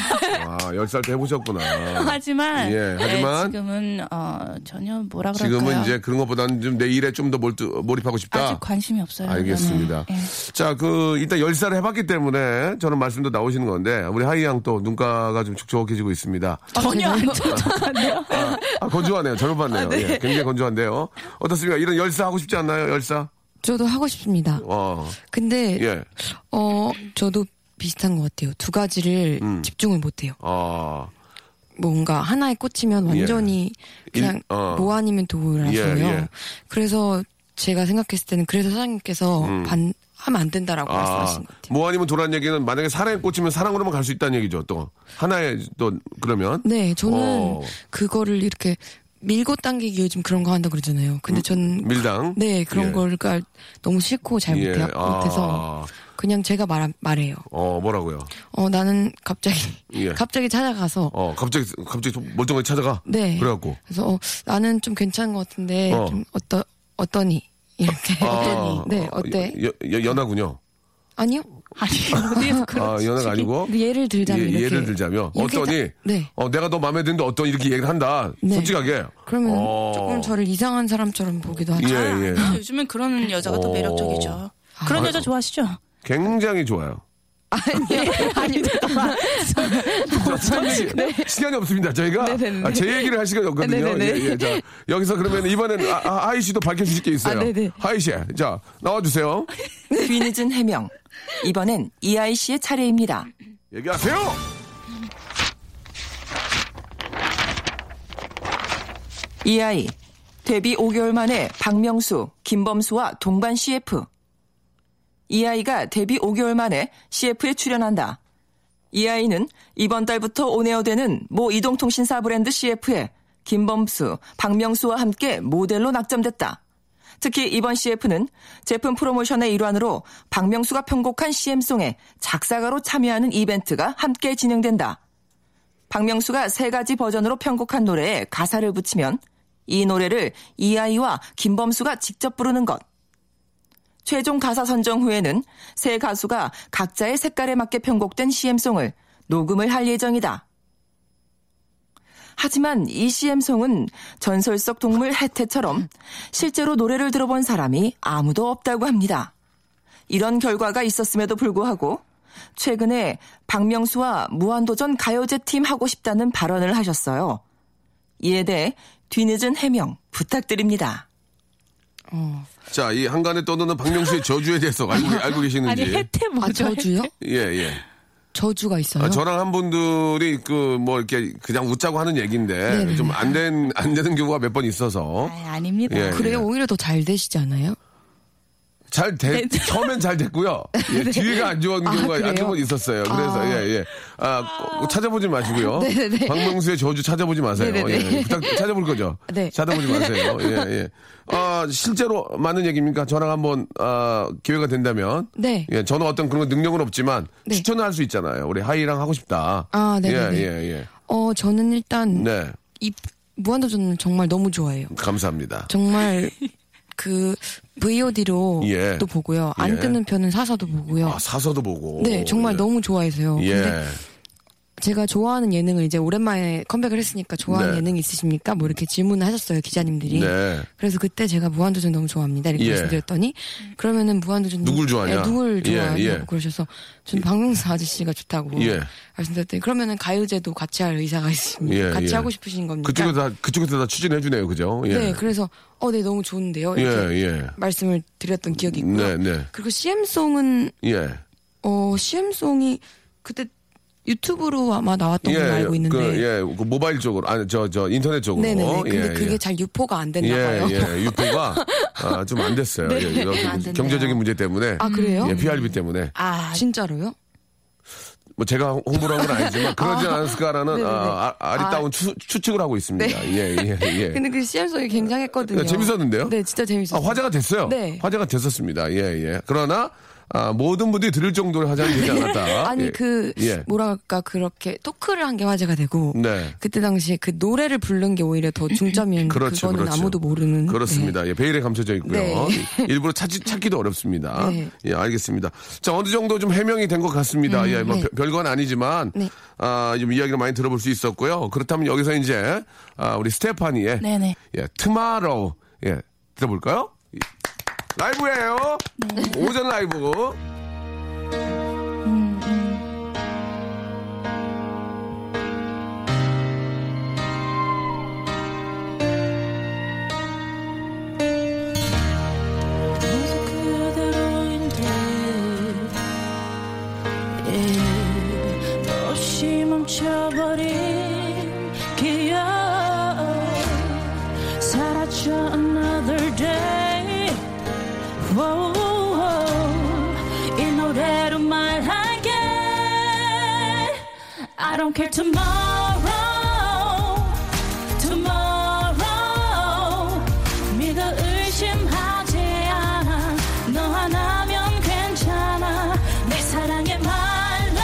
Speaker 6: 아,
Speaker 2: 아, 열살 때 해보셨구나.
Speaker 6: [LAUGHS] 하지만,
Speaker 2: 예, 하지만
Speaker 6: 예, 지금은 어, 전혀 뭐라 그럴까요?
Speaker 2: 지금은 이제 그런 것보다는 좀 내 일에 좀 더 몰입하고 싶다.
Speaker 6: 아직 관심이 없어요.
Speaker 2: 알겠습니다.
Speaker 6: 연애. 예.
Speaker 2: 자, 그 일단 열사를 해봤기 때문에 저는 말씀도 나오시는 건데 우리 하이 양 또 눈가가 좀 촉촉해지고 있습니다.
Speaker 6: 전혀 안 쫓아가네요.
Speaker 2: 아, 건조하네요. 잘못 봤네요. 예, 굉장히 건조한데요. 어떻습니까? 이런 열사 하고 싶지 않나요? 열사?
Speaker 5: 저도 하고 싶습니다.
Speaker 2: 어,
Speaker 5: 근데
Speaker 2: 예,
Speaker 5: 어 저도 비슷한 것 같아요. 두 가지를
Speaker 2: 음.
Speaker 5: 집중을 못해요.
Speaker 2: 어,
Speaker 5: 뭔가 하나에 꽂히면 완전히
Speaker 2: 예. 일-
Speaker 5: 그냥
Speaker 2: 어.
Speaker 5: 뭐 아니면 도라서요.
Speaker 2: 예, 예.
Speaker 5: 그래서 제가 생각했을 때는 그래서 사장님께서 반 하면 안 된다라고
Speaker 2: 음. 아,
Speaker 5: 말씀하신 것 같아요.
Speaker 2: 뭐 아니면 도란 얘기는 만약에 사랑에 꽂히면 사랑으로만 갈 수 있다는 얘기죠. 또 하나의 또 그러면
Speaker 5: 네, 저는
Speaker 2: 어.
Speaker 5: 그거를 이렇게 밀고 당기기 요즘 그런 거 한다 그러잖아요. 근데 전
Speaker 2: 음? 밀당.
Speaker 5: 네 그런
Speaker 2: 예.
Speaker 5: 걸걸 너무 싫고 잘
Speaker 2: 예,
Speaker 5: 못해요.
Speaker 2: 아.
Speaker 5: 못해서 그냥 제가 말 말해요.
Speaker 2: 어, 뭐라고요?
Speaker 5: 어 나는 갑자기
Speaker 2: 예.
Speaker 5: [LAUGHS] 갑자기 찾아가서
Speaker 2: 어, 갑자기 갑자기 좀 멀쩡하게 찾아가.
Speaker 5: 네.
Speaker 2: 그래갖고.
Speaker 5: 그래서 어, 나는 좀 괜찮은 것 같은데
Speaker 2: 어.
Speaker 5: 좀 어떠 어떠니 이렇게
Speaker 2: 아,
Speaker 5: 네 어때
Speaker 2: 여, 여, 연하군요.
Speaker 5: 아니요
Speaker 6: 아니, 어디에서
Speaker 2: 아,
Speaker 6: 그렇지.
Speaker 2: 연하가 아니고.
Speaker 5: 근데 그렇죠. 예를 들자면
Speaker 2: 예,
Speaker 5: 이렇게
Speaker 2: 예를 들자면
Speaker 5: 이렇게
Speaker 2: 어떠니?
Speaker 5: 다- 네
Speaker 2: 어, 내가 너 마음에 드는데 어떤 이렇게 얘기를 한다.
Speaker 5: 네.
Speaker 2: 솔직하게.
Speaker 5: 그러면
Speaker 2: 어.
Speaker 5: 조금 저를 이상한 사람처럼 보기도 하죠
Speaker 2: 예, 예.
Speaker 6: 요즘엔 그런 여자가 더
Speaker 2: 어.
Speaker 6: 매력적이죠. 그런 여자 좋아하시죠?
Speaker 2: 굉장히 좋아요.
Speaker 5: 네.
Speaker 2: 아니, 아니, 시간이 없습니다. 저희가 아, 제 얘기를 할 시간이 없거든요.
Speaker 5: 네네네.
Speaker 2: 예, 예, 자, 여기서 그러면 이번엔 아, 아, 하이 씨도 밝혀주실 게 있어요.
Speaker 5: 아, 네네.
Speaker 2: 하이 씨, 자 나와주세요.
Speaker 7: 뒤늦은 해명. 이번엔 이하이 씨의 차례입니다.
Speaker 2: 얘기하세요.
Speaker 7: 이하이 데뷔 5개월 만에 박명수, 김범수와 동반 CF. 이하이가 데뷔 5개월 만에 CF에 출연한다. 이하이는 이번 달부터 온에어되는 모 이동통신사 브랜드 CF에 김범수, 박명수와 함께 모델로 낙점됐다. 특히 이번 CF는 제품 프로모션의 일환으로 박명수가 편곡한 CM송에 작사가로 참여하는 이벤트가 함께 진행된다. 박명수가 세 가지 버전으로 편곡한 노래에 가사를 붙이면 이 노래를 이아이와 김범수가 직접 부르는 것. 최종 가사 선정 후에는 세 가수가 각자의 색깔에 맞게 편곡된 CM송을 녹음을 할 예정이다.
Speaker 8: 하지만 이 CM송은 전설 속 동물 해태처럼 실제로 노래를 들어본 사람이 아무도 없다고 합니다. 이런 결과가 있었음에도 불구하고 최근에 박명수와 무한도전 가요제 팀 하고 싶다는 발언을 하셨어요. 이에 대해 뒤늦은 해명 부탁드립니다.
Speaker 2: 자, 이 한간에 떠드는 박명수의 저주에 대해서 알고, 알고 계시는지.
Speaker 9: 아니 혜태
Speaker 5: 아,
Speaker 9: 뭐죠?
Speaker 5: 저주요?
Speaker 2: 예, 예.
Speaker 5: 저주가 있어요.
Speaker 2: 아, 저랑 한 분들이 그 뭐 이렇게 그냥 웃자고 하는
Speaker 5: 네,
Speaker 2: 얘기인데 좀 안 된 안 되는 경우가 몇 번 있어서
Speaker 9: 아, 아닙니다.
Speaker 2: 예.
Speaker 5: 그래요? 오히려 더 잘 되시지 않아요?
Speaker 2: 잘 돼,
Speaker 9: 네.
Speaker 2: 처음엔 잘
Speaker 5: [LAUGHS]
Speaker 2: 됐고요. 예, 뒤에가 안 좋은
Speaker 5: 아,
Speaker 2: 경우가 안
Speaker 5: 그래요?
Speaker 2: 좋은 건 있었어요. 그래서
Speaker 5: 아.
Speaker 2: 예, 예. 아, 꼭 찾아보지 마시고요.
Speaker 5: 네네네.
Speaker 2: 박명수의 저주 찾아보지 마세요.
Speaker 5: 네네네.
Speaker 2: 예, 예. 부탁, 찾아볼 거죠.
Speaker 5: [LAUGHS] 네.
Speaker 2: 찾아보지 마세요. 예, 예. 아, 실제로 맞는 얘기입니까? 저랑 한번 아, 기회가 된다면
Speaker 5: 네.
Speaker 2: 예, 저는 어떤 그런 능력은 없지만
Speaker 5: 네.
Speaker 2: 추천을 할 수 있잖아요. 우리 하이랑 하고 싶다.
Speaker 5: 아, 네네네.
Speaker 2: 예, 예, 예.
Speaker 5: 어, 저는 일단
Speaker 2: 네.
Speaker 5: 이 무한도전을 정말 너무 좋아해요.
Speaker 2: 감사합니다. [LAUGHS]
Speaker 5: 정말 그 VOD로
Speaker 2: 예.
Speaker 5: 또 보고요. 안
Speaker 2: 예.
Speaker 5: 뜨는 편은 사서도 보고요.
Speaker 2: 아, 사서도 보고.
Speaker 5: 네, 정말
Speaker 2: 예.
Speaker 5: 너무 좋아해서요.
Speaker 2: 예.
Speaker 5: 근데 제가 좋아하는 예능을 이제 오랜만에 컴백을 했으니까 좋아하는
Speaker 2: 네.
Speaker 5: 예능 있으십니까? 뭐 이렇게 질문을 하셨어요, 기자님들이.
Speaker 2: 네.
Speaker 5: 그래서 그때 제가 무한도전 너무 좋아합니다. 이렇게
Speaker 2: 예.
Speaker 5: 말씀드렸더니 그러면은 무한도전
Speaker 2: 누굴 좋아하냐?
Speaker 5: 예, 누굴
Speaker 2: 예,
Speaker 5: 좋아하냐고
Speaker 2: 예.
Speaker 5: 그러셔서 전 박명수 아저씨가 좋다고
Speaker 2: 예.
Speaker 5: 말씀드렸더니 그러면은 가요제도 같이 할 의사가 있습니다.
Speaker 2: 예,
Speaker 5: 같이
Speaker 2: 예.
Speaker 5: 하고 싶으신 겁니까?
Speaker 2: 그쪽에서 다, 그쪽에서 다 추진해 주네요. 그죠? 예.
Speaker 5: 그러니까 네, 그래서 어, 네 너무 좋은데요.
Speaker 2: 예,
Speaker 5: 이렇게
Speaker 2: 예.
Speaker 5: 말씀을 드렸던 기억이
Speaker 2: 네,
Speaker 5: 있고요.
Speaker 2: 네.
Speaker 5: 그리고 CM송은
Speaker 2: 예.
Speaker 5: 어 CM송이 그때 유튜브로 아마 나왔던 걸로 알고 있는데
Speaker 2: 그, 예, 그 모바일 쪽으로, 아니, 저, 저, 인터넷 쪽으로.
Speaker 5: 네네네. 근데
Speaker 2: 예,
Speaker 5: 그게
Speaker 2: 예.
Speaker 5: 잘 유포가 안 됐나 봐요. 네.
Speaker 2: 예,
Speaker 5: [LAUGHS]
Speaker 2: 예, 유포가 아, 좀 안 됐어요. 예, 이런 경제적인 문제 때문에.
Speaker 5: 아 그래요?
Speaker 2: 예, PRB 때문에.
Speaker 9: 아
Speaker 5: 진짜로요?
Speaker 2: 뭐 제가 홍보를 한 건 아니지만 그러지
Speaker 5: 네,
Speaker 2: 않았을까라는 아, 아, 아리따운 추, 추측을 하고 있습니다. 예, 예, 예.
Speaker 5: [LAUGHS] 근데 그 CM송이 굉장했거든요.
Speaker 2: 야, 재밌었는데요?
Speaker 5: 네, 진짜
Speaker 2: 아,
Speaker 5: 재밌었어요.
Speaker 2: 화제가 됐어요.
Speaker 5: 네.
Speaker 2: 화제가 됐었습니다. 예, 예. 그러나 아, 모든 분들이 들을 정도로 화제가 되지 않았다.
Speaker 5: [LAUGHS] 아니
Speaker 2: 예.
Speaker 5: 그
Speaker 2: 예.
Speaker 5: 뭐랄까 그렇게 토크를 한 게 화제가 되고
Speaker 2: 네.
Speaker 5: 그때 당시에 그 노래를 부른 게 오히려 더
Speaker 2: [LAUGHS]
Speaker 5: 중점이었는데
Speaker 2: 그렇죠,
Speaker 5: 음, 그거는
Speaker 2: 그렇죠.
Speaker 5: 아무도 모르는
Speaker 2: 그렇습니다. 예, 베일에 감춰져 있고요.
Speaker 5: 네.
Speaker 2: 일부러 찾기, 찾기도 어렵습니다.
Speaker 5: [LAUGHS] 네.
Speaker 2: 예, 알겠습니다. 자, 어느 정도 좀 해명이 된 것 같습니다. 예, 뭐
Speaker 5: 네.
Speaker 2: 별- 별건 아니지만
Speaker 5: 네.
Speaker 2: 아, 좀 이야기를 많이 들어볼 수 있었고요. 그렇다면 여기서 이제 아, 우리 스테파니의
Speaker 9: 네네.
Speaker 2: 예, 트마로우 예, 들어볼까요? 이- 라이브예요.
Speaker 5: 네.
Speaker 2: 오전 라이브.
Speaker 6: 없이 멈춰버린 기억 사라져 another day Wow, wow. 이 노래로 말할게 I don't care tomorrow tomorrow 믿어 의심하지 않아 너 하나면 괜찮아 내 사랑의 말로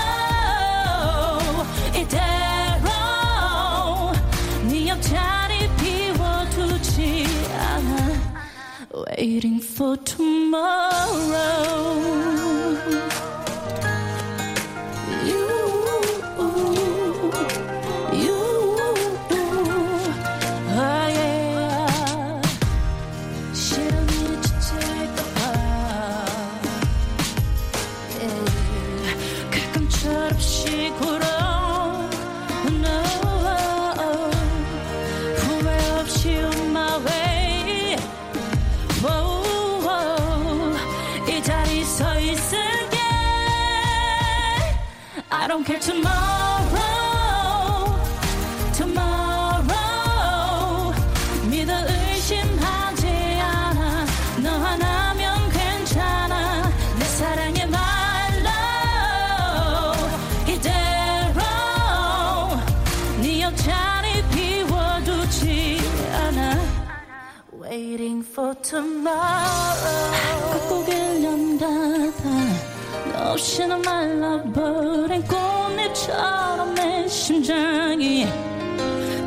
Speaker 6: 이대로 네 옆자리 비워두지 않아 Waiting for tomorrow You You, oh yeah. 싫은 일이 지칠까봐. Yeah. 예. 가끔 철없이 굴어. No. oh, 후회 없이 on my way. Whoa. 이 자리 서 있을게. I don't care tomorrow. tomorrow 믿어 의심하지 않아 너 하나면 괜찮아 내 사랑의 말로 이대로 네 옆자리 비워두지 않아 Waiting for tomorrow 꼭꼭 1년 가다 너 없이는 말라버린 꽃잎처럼 내 심장이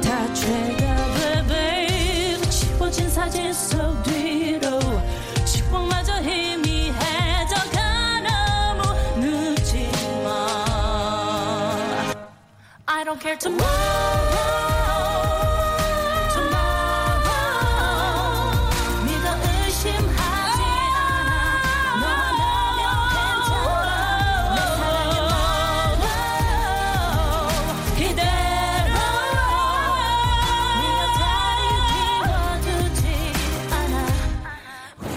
Speaker 6: 다 죄가 베베 지워진 사진 속 뒤로 축복마저 희미해져가 너무 늦지마 I don't care tomorrow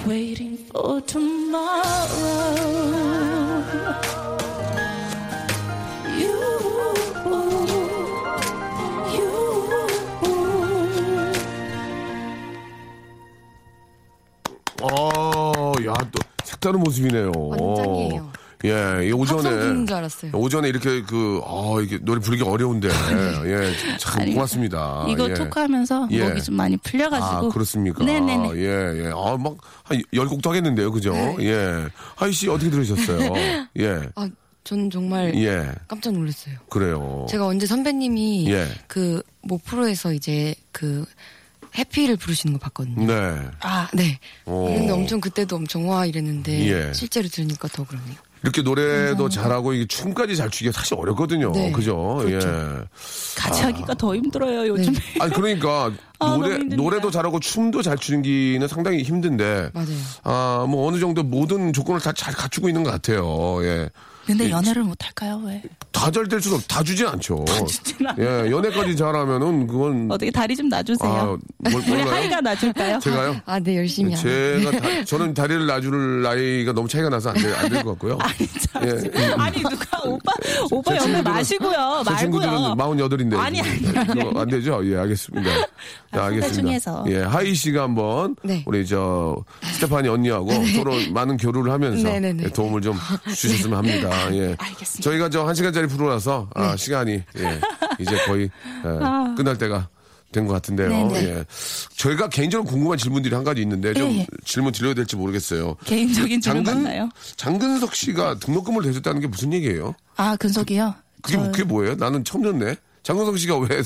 Speaker 4: waiting for tomorrow. You, you.
Speaker 2: 어, 야, 또 색다른 모습이네요.
Speaker 5: 완전이에요.
Speaker 2: 예, 이 오전에
Speaker 5: 합성 부르는 줄 알았어요.
Speaker 2: 오전에 이렇게 그, 어, 이게 노래 부르기
Speaker 6: [LAUGHS]
Speaker 2: 어려운데, 예, 참
Speaker 6: 네. 아니,
Speaker 2: 고맙습니다.
Speaker 6: 이거
Speaker 2: 예.
Speaker 6: 토크하면서
Speaker 2: 예.
Speaker 6: 목이 좀 많이 풀려가지고.
Speaker 2: 아, 그렇습니까?
Speaker 6: 네네네. 네.
Speaker 2: 아, 예, 예. 아, 막, 한 열 곡도 하겠는데요, 그죠? 예. 하이 씨, 어떻게
Speaker 6: [LAUGHS]
Speaker 2: 들으셨어요? 예.
Speaker 5: 아, 전
Speaker 6: 네.
Speaker 5: 정말
Speaker 2: 예.
Speaker 5: 깜짝 놀랐어요.
Speaker 2: 그래요.
Speaker 5: 제가 언제 선배님이
Speaker 2: 예.
Speaker 5: 그 모 프로에서 이제 그 해피를 부르시는 거 봤거든요.
Speaker 2: 네.
Speaker 5: 아, 네.
Speaker 2: 오.
Speaker 5: 근데 엄청 그때도 엄청 와 이랬는데
Speaker 2: 어. 예.
Speaker 5: 실제로 들으니까 더 그러네요.
Speaker 2: 이렇게 노래도 잘하고, 이게 춤까지 잘 추기가 사실 어렵거든요.
Speaker 5: 네.
Speaker 2: 그죠?
Speaker 6: 그렇죠.
Speaker 2: 예.
Speaker 6: [LAUGHS] 같이 하기가 더 힘들어요, 요즘에.
Speaker 2: 아니, 그러니까,
Speaker 6: 아,
Speaker 2: 노래,
Speaker 6: 너무 힘듭니다.
Speaker 2: 노래도 잘하고 춤도 잘 추기는 상당히 힘든데.
Speaker 5: 맞아요.
Speaker 2: 아, 뭐 어느 정도 모든 조건을 다 잘 갖추고 있는 것 같아요. 예.
Speaker 6: 근데 연애를 못할까요, 왜?
Speaker 2: 다 잘 될 수는 없- 다 주진 않죠.
Speaker 6: 주진 않아요.
Speaker 2: 예, 연애까지 잘하면은 그건
Speaker 6: 어떻게 다리 좀
Speaker 2: 아,
Speaker 6: 놔주세요.
Speaker 2: 뭘,
Speaker 6: 우리
Speaker 2: 몰라요?
Speaker 6: 하이가 놔줄까요?
Speaker 2: 제가요?
Speaker 5: 아, 네, 열심히 하요
Speaker 2: 제가 다- 저는 다리를 놔줄 나이가 너무 차이가 나서 안 될 것 같고요.
Speaker 6: [LAUGHS] 아니, 참.
Speaker 2: 예, 예.
Speaker 6: 아니, 누가 오빠, 오빠 연애
Speaker 2: 친구들은-
Speaker 6: 마시고요.
Speaker 2: 제 친구들은
Speaker 6: 말고요.
Speaker 2: 48인데.
Speaker 6: 아니, 아니, 아니.
Speaker 2: 안 되죠? 예,
Speaker 6: [LAUGHS]
Speaker 2: 알겠습니다. 자,
Speaker 6: 아,
Speaker 2: 알겠습니다.
Speaker 6: 중에서.
Speaker 2: 예, 하이 씨가 한번
Speaker 5: 네.
Speaker 2: 우리 저 스테파니
Speaker 6: [LAUGHS]
Speaker 2: 언니하고
Speaker 6: 네.
Speaker 2: 서로 많은 교류를 하면서
Speaker 5: 네, 네, 네.
Speaker 2: 예, 도움을 좀 주셨으면
Speaker 6: [LAUGHS]
Speaker 2: 합니다. 예.
Speaker 6: 아, 알겠습니다. 네.
Speaker 2: 저희가 저 한 시간짜리 프로라서 아, 시간이
Speaker 6: [LAUGHS]
Speaker 2: 예, 이제 거의 예,
Speaker 6: 아.
Speaker 2: 끝날 때가 된 것 같은데요.
Speaker 6: 네,
Speaker 2: 예. 저희가 개인적으로 궁금한 질문들이 한 가지 있는데 좀
Speaker 6: 예, 예.
Speaker 2: 질문 드려야 될지 모르겠어요.
Speaker 6: 개인적인 질문 맞나요?
Speaker 2: 장근석 씨가 등록금을 대줬다는 게 무슨 얘기예요?
Speaker 6: 아, 근석이요?
Speaker 2: 그게,
Speaker 6: 저-
Speaker 2: 그게 뭐예요? 나는 처음 듣네. 장근석 씨가 왜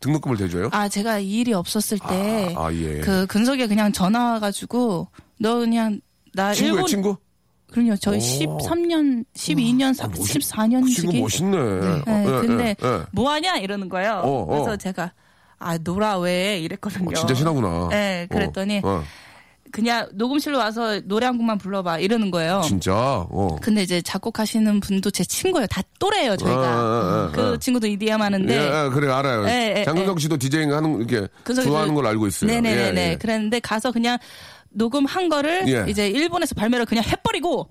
Speaker 2: 등록금을 대줘요?
Speaker 6: 아, 제가 이 일이 없었을 때,
Speaker 2: 아, 예.
Speaker 6: 그 근석이 그냥 전화 와가지고, 너 그냥, 나
Speaker 2: 친구예요,
Speaker 6: 아, 일본.
Speaker 2: 친구?
Speaker 6: 그럼요, 저희 13년, 12년,
Speaker 2: 멋있-
Speaker 6: 14년
Speaker 2: 그
Speaker 6: 지기
Speaker 2: 친구 멋있네. 어,
Speaker 6: 네,
Speaker 2: 예,
Speaker 6: 근데
Speaker 2: 예, 예.
Speaker 6: 뭐 하냐 이러는 거예요.
Speaker 2: 어, 어.
Speaker 6: 그래서 제가 아 놀아 왜 이랬거든요.
Speaker 2: 어, 진짜 신하구나.
Speaker 6: 뭐, 네, 그랬더니
Speaker 2: 어, 어.
Speaker 6: 그냥 녹음실로 와서 노래 한 곡만 불러봐 이러는 거예요.
Speaker 2: 진짜. 어.
Speaker 6: 근데 이제 작곡하시는 분도 제 친구예요. 다 또래예요
Speaker 2: 아, 아, 아,
Speaker 6: 그 저희가.
Speaker 2: 아.
Speaker 6: 그 친구도 EDM 하는데.
Speaker 2: 예, 예, 그래 알아요.
Speaker 6: 예, 예,
Speaker 2: 장근석 씨도 디제잉 하는 이렇게
Speaker 6: 근데
Speaker 2: 좋아하는
Speaker 6: 그-
Speaker 2: 걸 알고 있어요.
Speaker 6: 네네네네.
Speaker 2: 예, 예.
Speaker 6: 그랬는데 가서 그냥 녹음한 거를
Speaker 2: 예.
Speaker 6: 이제 일본에서 발매를 그냥 해버리고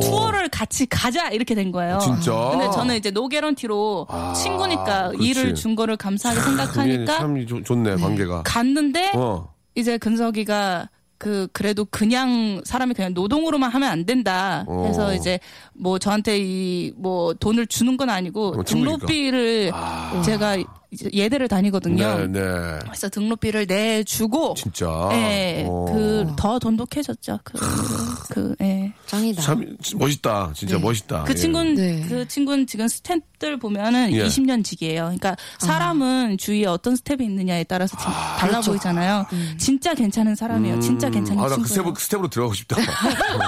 Speaker 6: 투어를 같이 가자 이렇게 된 거예요.
Speaker 2: 아, 진짜?
Speaker 6: 근데 저는 이제 노게런티로
Speaker 2: 아,
Speaker 6: 친구니까
Speaker 2: 그렇지. 아,
Speaker 6: 일을 준 거를 감사하게
Speaker 2: 그게
Speaker 6: 생각하니까
Speaker 2: 참 좋- 좋네 관계가.
Speaker 6: 갔는데
Speaker 2: 어.
Speaker 6: 이제 근석이가 그 그래도 그냥 사람이 그냥 노동으로만 하면 안 된다.
Speaker 2: 어.
Speaker 6: 그래서 이제 뭐 저한테 이 뭐 돈을 주는 건 아니고
Speaker 2: 어, 친구니까. 아.
Speaker 6: 등록비를 제가 이제 예대를 다니거든요.
Speaker 2: 네, 네.
Speaker 6: 그래서 등록비를 내주고
Speaker 2: 진짜.
Speaker 6: 예,
Speaker 2: 어.
Speaker 6: 그 더 돈독해졌죠. 그, 그, 예.
Speaker 5: 짱이다.
Speaker 2: 참 멋있다. 진짜 멋있다.
Speaker 6: 그
Speaker 2: 예.
Speaker 6: 친구는
Speaker 5: 네.
Speaker 6: 그 친구는 지금 스텝들 보면은
Speaker 2: 예.
Speaker 6: 20년 직이에요. 그러니까 사람은 주위에 어떤 스텝이 있느냐에 따라서
Speaker 2: 아,
Speaker 6: 진-
Speaker 2: 그렇죠.
Speaker 6: 달라 보이잖아요. 진짜 괜찮은 사람이에요. 진짜 괜찮은
Speaker 2: 아, 나 그
Speaker 6: 친구예요.
Speaker 2: 스텝, 스텝으로 들어가고 싶다.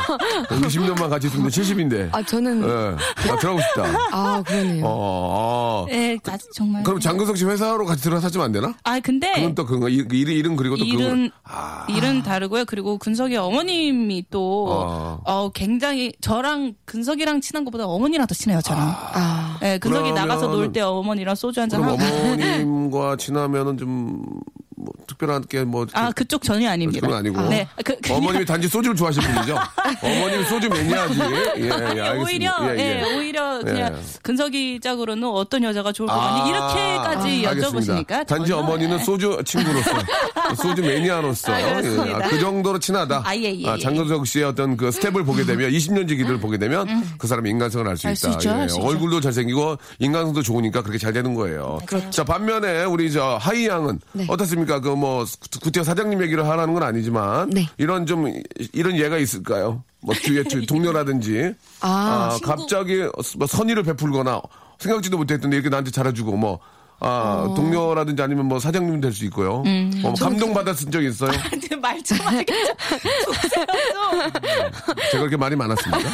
Speaker 2: 20년만 같이 있으면 70인데.
Speaker 5: 아, 저는
Speaker 2: 아, 들어가고 싶다.
Speaker 5: 아, 그러네요.
Speaker 2: 어, 어.
Speaker 6: 예, 나 정말.
Speaker 2: 그럼 장근석 씨 회사로 같이 들어가서 하시면 안 되나?
Speaker 6: 아 근데
Speaker 2: 그건 또 그거, 일, 일, 일은 그리고 또
Speaker 6: 일은
Speaker 2: 그거. 아,
Speaker 6: 일은 다르고요. 그리고 근석이 어머님이 또
Speaker 2: 어.
Speaker 6: 어. 굉장히 저랑 근석이랑 친한 것보다 어머니랑 더 친해요. 저랑.
Speaker 5: 아,
Speaker 6: 예, 근석이
Speaker 2: 그러면은-
Speaker 6: 나가서 놀 때 어머니랑 소주 한잔
Speaker 2: 그럼
Speaker 6: 하고.
Speaker 2: 어머님과 친하면은 좀, 뭐, 특별한 게 뭐.
Speaker 6: 아 그쪽 전혀 아닙니다.
Speaker 2: 그건 아니고.
Speaker 6: 네, 그, 그냥-
Speaker 2: 어머님이 단지 소주를 좋아하시는
Speaker 6: [LAUGHS]
Speaker 2: 분이죠? 어머님 소주 매니아지. 예, 예, 알겠습니다.
Speaker 6: 오히려
Speaker 2: 예, 예.
Speaker 6: 예, 오히려 그냥
Speaker 2: 예.
Speaker 6: 근석이 짝으로는 어떤 여자가 좋을 것
Speaker 2: 아,
Speaker 6: 같니 이렇게까지
Speaker 2: 알겠습니다.
Speaker 6: 여쭤보시니까
Speaker 2: 단지
Speaker 6: 전혀,
Speaker 2: 어머니는
Speaker 6: [LAUGHS] 예.
Speaker 2: 소주 친구로서 소주 매니아로서
Speaker 6: 아, 그렇습니다.
Speaker 2: 예, 아, 그 정도로 친하다.
Speaker 6: 아, 예, 예, 예.
Speaker 2: 장근석 씨의 어떤 그 스텝을 보게 되면 20년 지기를 보게 되면 그 사람의 인간성을 알 수
Speaker 6: 음. 알수
Speaker 2: 있다. 예,
Speaker 6: 있죠, 알수 있죠.
Speaker 2: 얼굴도 잘생기고 인간성도 좋으니까 그렇게 잘 되는 거예요.
Speaker 6: 그렇죠.
Speaker 2: 자 반면에 우리 저 하이 양은
Speaker 6: 네.
Speaker 2: 어떻습니까? 그 뭐 구티어 사장님 얘기를 하라는 건 아니지만
Speaker 5: 네.
Speaker 2: 이런 좀 이런 예가 있을까요? 뭐
Speaker 6: [LAUGHS]
Speaker 2: 뒤에 뒤- 동료라든지
Speaker 5: 아,
Speaker 2: 아, 갑자기 뭐 선의를 베풀거나 생각지도 못했던데 이렇게 나한테 잘해주고 뭐. 아,
Speaker 5: 어.
Speaker 2: 동료라든지 아니면 뭐 사장님 될 수 있고요.
Speaker 5: 음.
Speaker 2: 어, 뭐 감동받았은 적 있어요?
Speaker 6: 근데 말좀 하겠죠.
Speaker 2: 제가 그렇게 말이
Speaker 5: [LAUGHS]
Speaker 2: 많았습니다.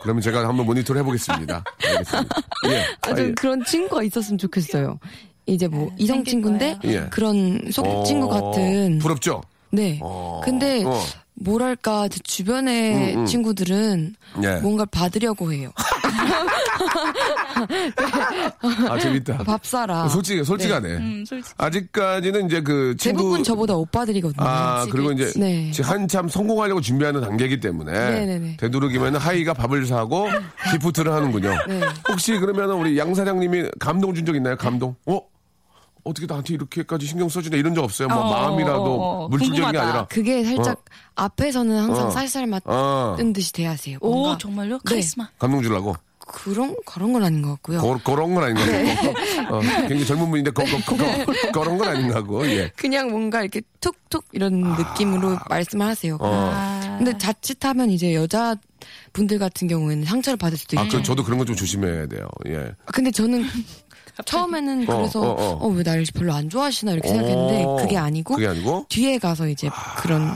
Speaker 2: 그러면 제가 한번 모니터를 해보겠습니다. 알겠습니다. 예.
Speaker 5: 아,
Speaker 2: 아,
Speaker 5: 전
Speaker 2: 예.
Speaker 5: 그런 친구가 있었으면 좋겠어요. 이제 뭐 이성 친구인데
Speaker 2: 거예요. 예.
Speaker 5: 그런 속 친구
Speaker 2: 어,
Speaker 5: 같은
Speaker 2: 부럽죠?
Speaker 5: 네.
Speaker 2: 어,
Speaker 5: 근데
Speaker 2: 어.
Speaker 5: 뭐랄까 제 주변의 친구들은
Speaker 2: 예. [LAUGHS]
Speaker 5: 뭔가를 받으려고 해요.
Speaker 2: 아, 재밌다.
Speaker 5: [LAUGHS] 밥 사라.
Speaker 2: 솔직해, 솔직하네.
Speaker 6: 음, 솔직히.
Speaker 2: 아직까지는 이제 그 친구.
Speaker 5: 대부분 저보다 오빠들이거든요.
Speaker 2: 아, 그리고 이제
Speaker 5: 네.
Speaker 2: 지금 한참 성공하려고 준비하는 단계이기 때문에
Speaker 5: 네네네.
Speaker 2: 되도록이면 하이가 밥을
Speaker 5: [LAUGHS]
Speaker 2: 사고 기프트를 하는군요.
Speaker 5: 네.
Speaker 2: 혹시 그러면 우리 양 사장님이 감동 준 적 있나요? 감동? 어? 어떻게 나한테 이렇게까지 신경 써주냐 이런 적 없어요? 뭐
Speaker 6: 어,
Speaker 2: 마음이라도
Speaker 6: 어, 어,
Speaker 2: 물질적인 게
Speaker 6: 궁금하다.
Speaker 2: 아니라.
Speaker 5: 그게 살짝 앞에서는 항상
Speaker 2: 어.
Speaker 5: 살살 맞는
Speaker 2: 아,
Speaker 5: 듯이 대하세요. 뭔가
Speaker 6: 오, 정말요?
Speaker 5: 네.
Speaker 6: 카리스마.
Speaker 2: 감동 주려고.
Speaker 5: 그런 그런 건 아닌 것 같고요.
Speaker 2: 거, 그런 건 아닌가
Speaker 5: 네.
Speaker 2: 고 어, 굉장히 젊은 분인데 거, 거, 거, 거, 그런 건 아닌가 고 예.
Speaker 5: 그냥 뭔가 이렇게 툭툭 이런 느낌으로 말씀을 하세요.
Speaker 2: 아. 어.
Speaker 6: 아,
Speaker 5: 근데 자칫하면 이제 여자 분들 같은 경우에는 상처를 받을 수도
Speaker 2: 아,
Speaker 5: 있죠.
Speaker 2: 그, 저도 그런 거 좀 조심해야 돼요. 예.
Speaker 5: 아, 근데 [LAUGHS] 저는 처음에는
Speaker 2: 어,
Speaker 5: 그래서
Speaker 2: 어, 어.
Speaker 5: 어, 왜 나를 별로 안 좋아하시나 이렇게
Speaker 2: 어.
Speaker 5: 생각했는데 그게 아니고
Speaker 2: 그게 아니고?
Speaker 5: 뒤에 가서 이제 그런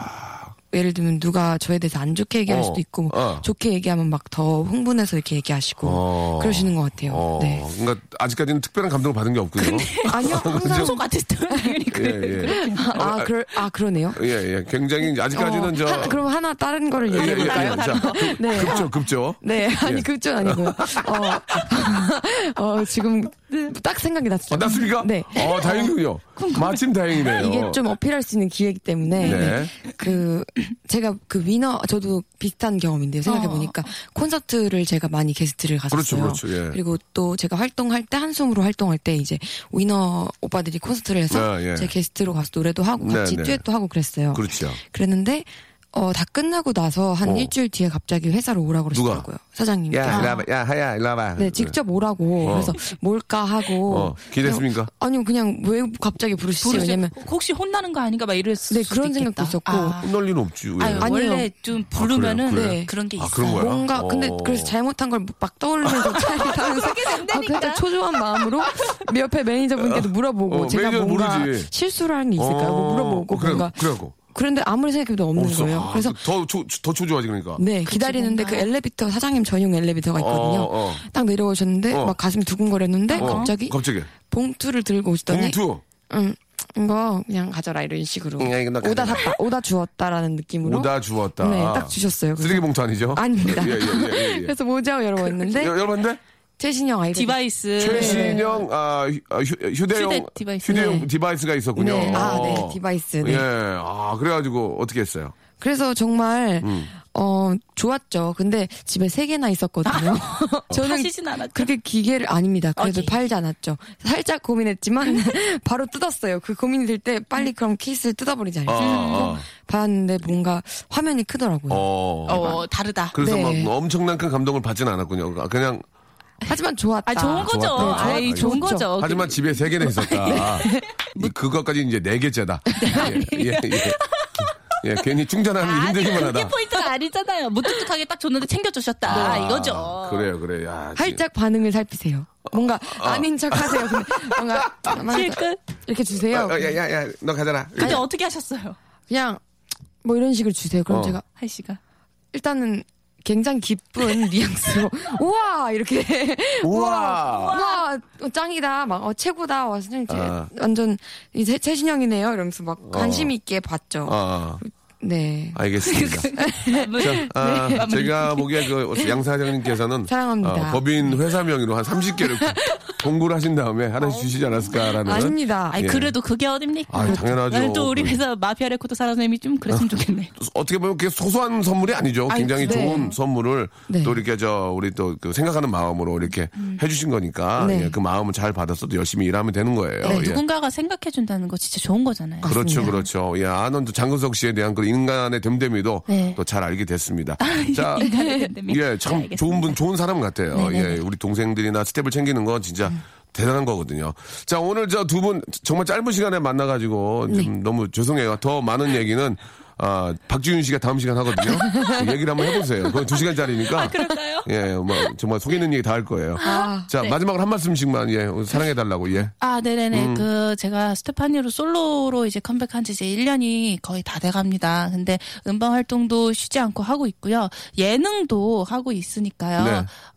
Speaker 5: 예를 들면 누가 저에 대해서 안 좋게 얘기할
Speaker 2: 어,
Speaker 5: 수도 있고 뭐
Speaker 2: 어.
Speaker 5: 좋게 얘기하면 막 더 흥분해서 이렇게 얘기하시고
Speaker 2: 어.
Speaker 5: 그러시는 것 같아요.
Speaker 2: 어,
Speaker 5: 네.
Speaker 2: 그러니까 아직까지는 특별한 감동을 받은 게 없군요. [LAUGHS]
Speaker 5: 아니요 항상
Speaker 6: 평소 같았을 때 당연히
Speaker 2: 예,
Speaker 6: 그래.
Speaker 2: 예.
Speaker 5: 아, 그러, 아 그러네요.
Speaker 2: 예, 예. 굉장히 이제 아직까지는
Speaker 5: 어,
Speaker 2: 저.
Speaker 5: 하- 그럼 하나 다른 거를
Speaker 2: 예, 예,
Speaker 5: 얘기해
Speaker 2: 예.
Speaker 5: 볼까요?
Speaker 2: 자, 급-
Speaker 5: 네.
Speaker 2: 급죠, 급죠.
Speaker 5: 네, 아니
Speaker 2: 예.
Speaker 5: 그쪽 아니고요. 어, [LAUGHS] 어, 지금 딱 생각이 났어요.
Speaker 2: 어, 났습니까?
Speaker 5: 네.
Speaker 2: 어, 다행이군요. 마침 다행이네요.
Speaker 5: 이게 좀 어필할 수 있는 기회이기 때문에
Speaker 2: 네.
Speaker 5: 그 제가 그 위너 저도 비슷한 경험인데요. 생각해 보니까 콘서트를 제가 많이 게스트를 갔었어요.
Speaker 2: 어. 그렇죠, 그렇죠, 예.
Speaker 5: 리고또 제가 활동할 때 한숨으로 활동할 때 이제 위너 오빠들이 콘서트를 해서
Speaker 2: 예, 예.
Speaker 5: 제 게스트로 가서 노래도 하고 같이
Speaker 2: 네, 네.
Speaker 5: 듀엣도 하고 그랬어요.
Speaker 2: 그렇죠.
Speaker 5: 그랬는데 어, 다 끝나고 나서 한
Speaker 2: 어.
Speaker 5: 일주일 뒤에 갑자기 회사로 오라고
Speaker 2: 누가?
Speaker 5: 그러시더라고요. 사장님이.
Speaker 2: 야, 일로 와봐. 야, 하야, 일로 와봐.
Speaker 5: 그러니까. 네, 직접 오라고.
Speaker 2: 어.
Speaker 5: 그래서 뭘까 하고.
Speaker 2: 어, 기대됐습니까?
Speaker 5: 그냥- 아니요, 그냥 왜 갑자기 부르시지?
Speaker 6: 부르지-
Speaker 5: 왜냐면.
Speaker 6: 혹시 혼나는 거 아닌가 막 이럴 수도
Speaker 5: 네, 그런
Speaker 6: 있겠다.
Speaker 5: 생각도 있었고.
Speaker 6: 아,
Speaker 2: 혼날 어, 리는 없지. 왜?
Speaker 6: 아유,
Speaker 5: 아니요. 네.
Speaker 6: 원래 좀 부르면은
Speaker 2: 그래요?
Speaker 5: 그래요?
Speaker 6: 그런 게
Speaker 2: 아,
Speaker 6: 있어요.
Speaker 2: 그런 거야?
Speaker 5: 뭔가 근데
Speaker 2: 어.
Speaker 5: 그래서 잘못한 걸 막
Speaker 6: [LAUGHS]
Speaker 5: 떠올리면서 차를 타면서 아, 그러니까 초조한 마음으로 옆에 매니저분께도 물어보고
Speaker 2: 어,
Speaker 5: 제가
Speaker 2: 매니저는
Speaker 5: 뭔가
Speaker 2: 모르지.
Speaker 5: 실수를 하는 게 있을까요? 뭐 물어보고
Speaker 2: 그래,
Speaker 5: 뭔가
Speaker 2: 그래갖고.
Speaker 5: 그런데 아무리 생각해도 없는
Speaker 2: 없어.
Speaker 5: 거예요.
Speaker 2: 아,
Speaker 5: 그래서
Speaker 2: 더, 초, 더 초조하지, 그러니까.
Speaker 5: 네 기다리는데 그 엘리베이터 사장님 전용 엘리베이터가 있거든요.
Speaker 2: 어, 어.
Speaker 5: 딱 내려오셨는데
Speaker 2: 어.
Speaker 5: 막 가슴이 두근거렸는데
Speaker 2: 어,
Speaker 5: 갑자기
Speaker 2: 갑자기.
Speaker 5: 봉투를 들고 오시더니
Speaker 2: 봉투.
Speaker 5: 음, 이거 그냥 가져라 이런 식으로
Speaker 2: 야, 이거 나
Speaker 5: 오다
Speaker 2: 가져라.
Speaker 5: 샀다 오다 주웠다라는 느낌으로
Speaker 2: 오다 주었다.
Speaker 5: 네, 딱 주셨어요. 그래서-
Speaker 2: 쓰레기 봉투 아니죠? [LAUGHS]
Speaker 5: 아닙니다. 네.
Speaker 2: 예, 예, 예, 그, 예, 예.
Speaker 5: [LAUGHS] 그래서 모자 열어봤는데
Speaker 2: 여- 여러분들
Speaker 5: 최신형 아이패드 네.
Speaker 6: 디바이스.
Speaker 2: 최신형 아, 휴- 아, 휴- 휴대용
Speaker 6: 휴대 디바이스.
Speaker 2: 휴대용
Speaker 5: 네.
Speaker 2: 디바이스가 있었군요.
Speaker 5: 네, 아, 네,
Speaker 2: 어.
Speaker 5: 디바이스, 네.
Speaker 2: 예, 아 그래가지고 어떻게 했어요?
Speaker 5: 그래서 정말
Speaker 2: 음.
Speaker 5: 어 좋았죠. 근데 집에 세 개나 있었거든요.
Speaker 6: 아,
Speaker 5: [LAUGHS] 저는
Speaker 6: 하시진 않았죠?
Speaker 5: 그렇게 기계를 아닙니다. 그래도
Speaker 6: 오케이.
Speaker 5: 팔지 않았죠. 살짝 고민했지만 [LAUGHS] 바로 뜯었어요. 그 고민이 들 때 빨리 그럼 케이스를 뜯어버리자. 이렇게
Speaker 2: 아, 아.
Speaker 5: 봤는데 뭔가 화면이 크더라고요.
Speaker 2: 어.
Speaker 6: 어, 다르다.
Speaker 2: 그래서
Speaker 5: 네.
Speaker 2: 막뭐 엄청난 큰 감동을 받지는 않았군요. 아, 그냥
Speaker 5: 하지만 좋았다.
Speaker 6: 아, 좋은 거죠.
Speaker 2: 좋았다.
Speaker 6: 아,
Speaker 2: 좋았다.
Speaker 6: 이 좋은
Speaker 5: 좋았죠.
Speaker 6: 거죠.
Speaker 2: 하지만 집에 세 개나
Speaker 5: [LAUGHS]
Speaker 2: 있었다.
Speaker 5: 네.
Speaker 2: 이 그것까지 이제 네 개째다. 예, 예, 예. 예, 괜히 충전하는 게
Speaker 6: 아니,
Speaker 2: 힘들기만 하다.
Speaker 6: 그게 포인트가 아니잖아요. 무뚝뚝하게 딱 줬는데 챙겨주셨다. 아, 이거죠.
Speaker 2: 그래요, 그래. 야,
Speaker 5: 활짝 반응을 살피세요. 뭔가 아닌 척하세요. 근데 뭔가 아마
Speaker 6: 실끝?
Speaker 5: 이렇게
Speaker 2: 아,
Speaker 5: 주세요.
Speaker 2: 아, 야, 야, 야, 너 가잖아.
Speaker 6: 근데 어떻게 하셨어요?
Speaker 5: 그냥 뭐 이런 식으로 주세요. 그럼
Speaker 2: 어.
Speaker 5: 제가
Speaker 2: [LAUGHS]
Speaker 6: 하이 씨가.
Speaker 5: 일단은 굉장히 기쁜 [LAUGHS] 뉘앙스로 우와 이렇게
Speaker 2: 우와.
Speaker 5: 우와 어, 짱이다 막 어, 최고다 와 선생님 제-
Speaker 2: 아. 어.
Speaker 5: 완전 이 새- 최신형이네요 이러면서 막 관심 있게 봤죠
Speaker 2: 아,
Speaker 5: 네
Speaker 2: 알겠습니다.
Speaker 5: [LAUGHS]
Speaker 6: 자,
Speaker 2: 아, 제가 보기에 그 양사장님께서는
Speaker 5: 사랑합니다.
Speaker 2: 어, 법인 회사 명의로 한 30개를 공부를 하신 다음에 하나씩 주시지 않았을까라는.
Speaker 5: 어. 아닙니다
Speaker 6: 아니
Speaker 2: 예.
Speaker 6: 그래도 그게 어딥니까?
Speaker 2: 아유, 당연하죠.
Speaker 6: 나는 또 우리
Speaker 2: 그게.
Speaker 6: 회사 마피아 레코드 사장님이 좀
Speaker 2: [LAUGHS]
Speaker 6: 그랬으면 좋겠네.
Speaker 2: 어떻게 예. 보면 그게 소소한 선물이 아니죠.
Speaker 5: 아니,
Speaker 2: 굉장히
Speaker 5: 네.
Speaker 2: 좋은 선물을
Speaker 5: 네.
Speaker 2: 또 이렇게 저 우리 또그 생각하는 마음으로 이렇게 해주신 거니까
Speaker 5: 네.
Speaker 2: 예, 그 마음을 잘 받아서 또 열심히 일하면 되는 거예요.
Speaker 6: 네,
Speaker 2: 예.
Speaker 6: 누군가가 생각해 준다는 거 진짜 좋은 거잖아요.
Speaker 2: 그렇죠,
Speaker 5: 맞습니다.
Speaker 2: 그렇죠. 예, 아는 또 장근석 씨에 대한 그 인간의 됨됨이도
Speaker 6: 네.
Speaker 2: 또 잘 알게 됐습니다.
Speaker 5: 아,
Speaker 2: 자,
Speaker 6: [LAUGHS] 인간의 됨됨이.
Speaker 2: 예, 참
Speaker 6: 네,
Speaker 2: 좋은 분, 좋은 사람 같아요. 예, 우리 동생들이나 스텝을 챙기는 건 진짜
Speaker 6: 음.
Speaker 2: 대단한 거거든요. 자, 오늘 저 두 분 정말 짧은 시간에 만나가지고
Speaker 6: 네.
Speaker 2: 좀 너무 죄송해요. 더 많은 얘기는 아, 박지윤 씨가 다음 시간
Speaker 6: [LAUGHS]
Speaker 2: 하거든요. 얘기를 한번 해보세요. 그건 두 시간짜리니까.
Speaker 6: 아, 그럴까요?
Speaker 2: 예, 뭐, 정말 속에 있는 얘기 다 할 거예요.
Speaker 5: 아,
Speaker 2: 자,
Speaker 6: 네.
Speaker 2: 마지막으로 한 말씀씩만, 예, 사랑해달라고, 예.
Speaker 6: 아, 네네네. 그, 제가 스테파니로 솔로로 이제 컴백한 지 이제 1년이 거의 다 돼갑니다. 근데 음반 활동도 쉬지 않고 하고 있고요. 예능도 하고 있으니까요.
Speaker 2: 네.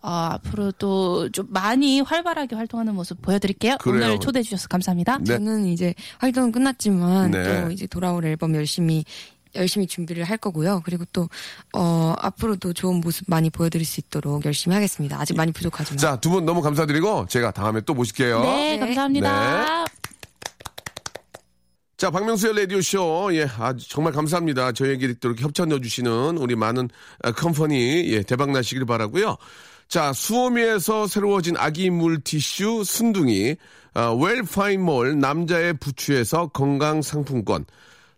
Speaker 6: 어, 앞으로도 좀 많이 활발하게 활동하는 모습 보여드릴게요.
Speaker 2: 그래요.
Speaker 6: 오늘 초대해주셔서 감사합니다.
Speaker 2: 네.
Speaker 5: 저는 이제 활동은 끝났지만
Speaker 2: 네.
Speaker 5: 또 이제 돌아올 앨범 열심히 열심히 준비를 할 거고요. 그리고 또, 어, 앞으로도 좋은 모습 많이 보여드릴 수 있도록 열심히 하겠습니다. 아직 많이 부족하지만.
Speaker 2: 자, 두 분 너무 감사드리고 제가 다음에 또 모실게요.
Speaker 6: 네, 감사합니다.
Speaker 2: 자, 박명수의 라디오쇼. 예, 아, 정말 감사합니다. 저희에게 이렇게 협찬 넣어주시는 우리 많은 아, 컴퍼니, 예, 대박나시길 바라고요 자, 수오미에서 새로워진 아기 물티슈 순둥이, 아, 웰파인몰 남자의 부추에서 건강 상품권,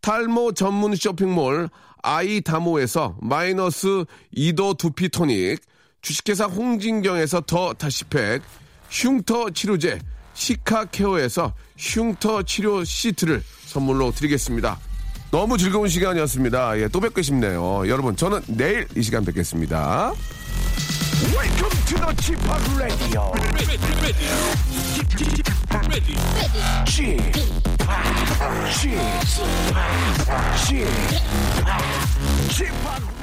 Speaker 2: 탈모 전문 쇼핑몰 아이다모에서 마이너스 2도 두피 토닉, 주식회사 홍진경에서 더 다시팩, 흉터 치료제 시카케어에서 흉터 치료 시트를 선물로 드리겠습니다. 너무 즐거운 시간이었습니다. 예, 또 뵙고 싶네요. 여러분, 저는 내일 이 시간 뵙겠습니다.
Speaker 1: Welcome to the Chip Radio. Chip Chip Chip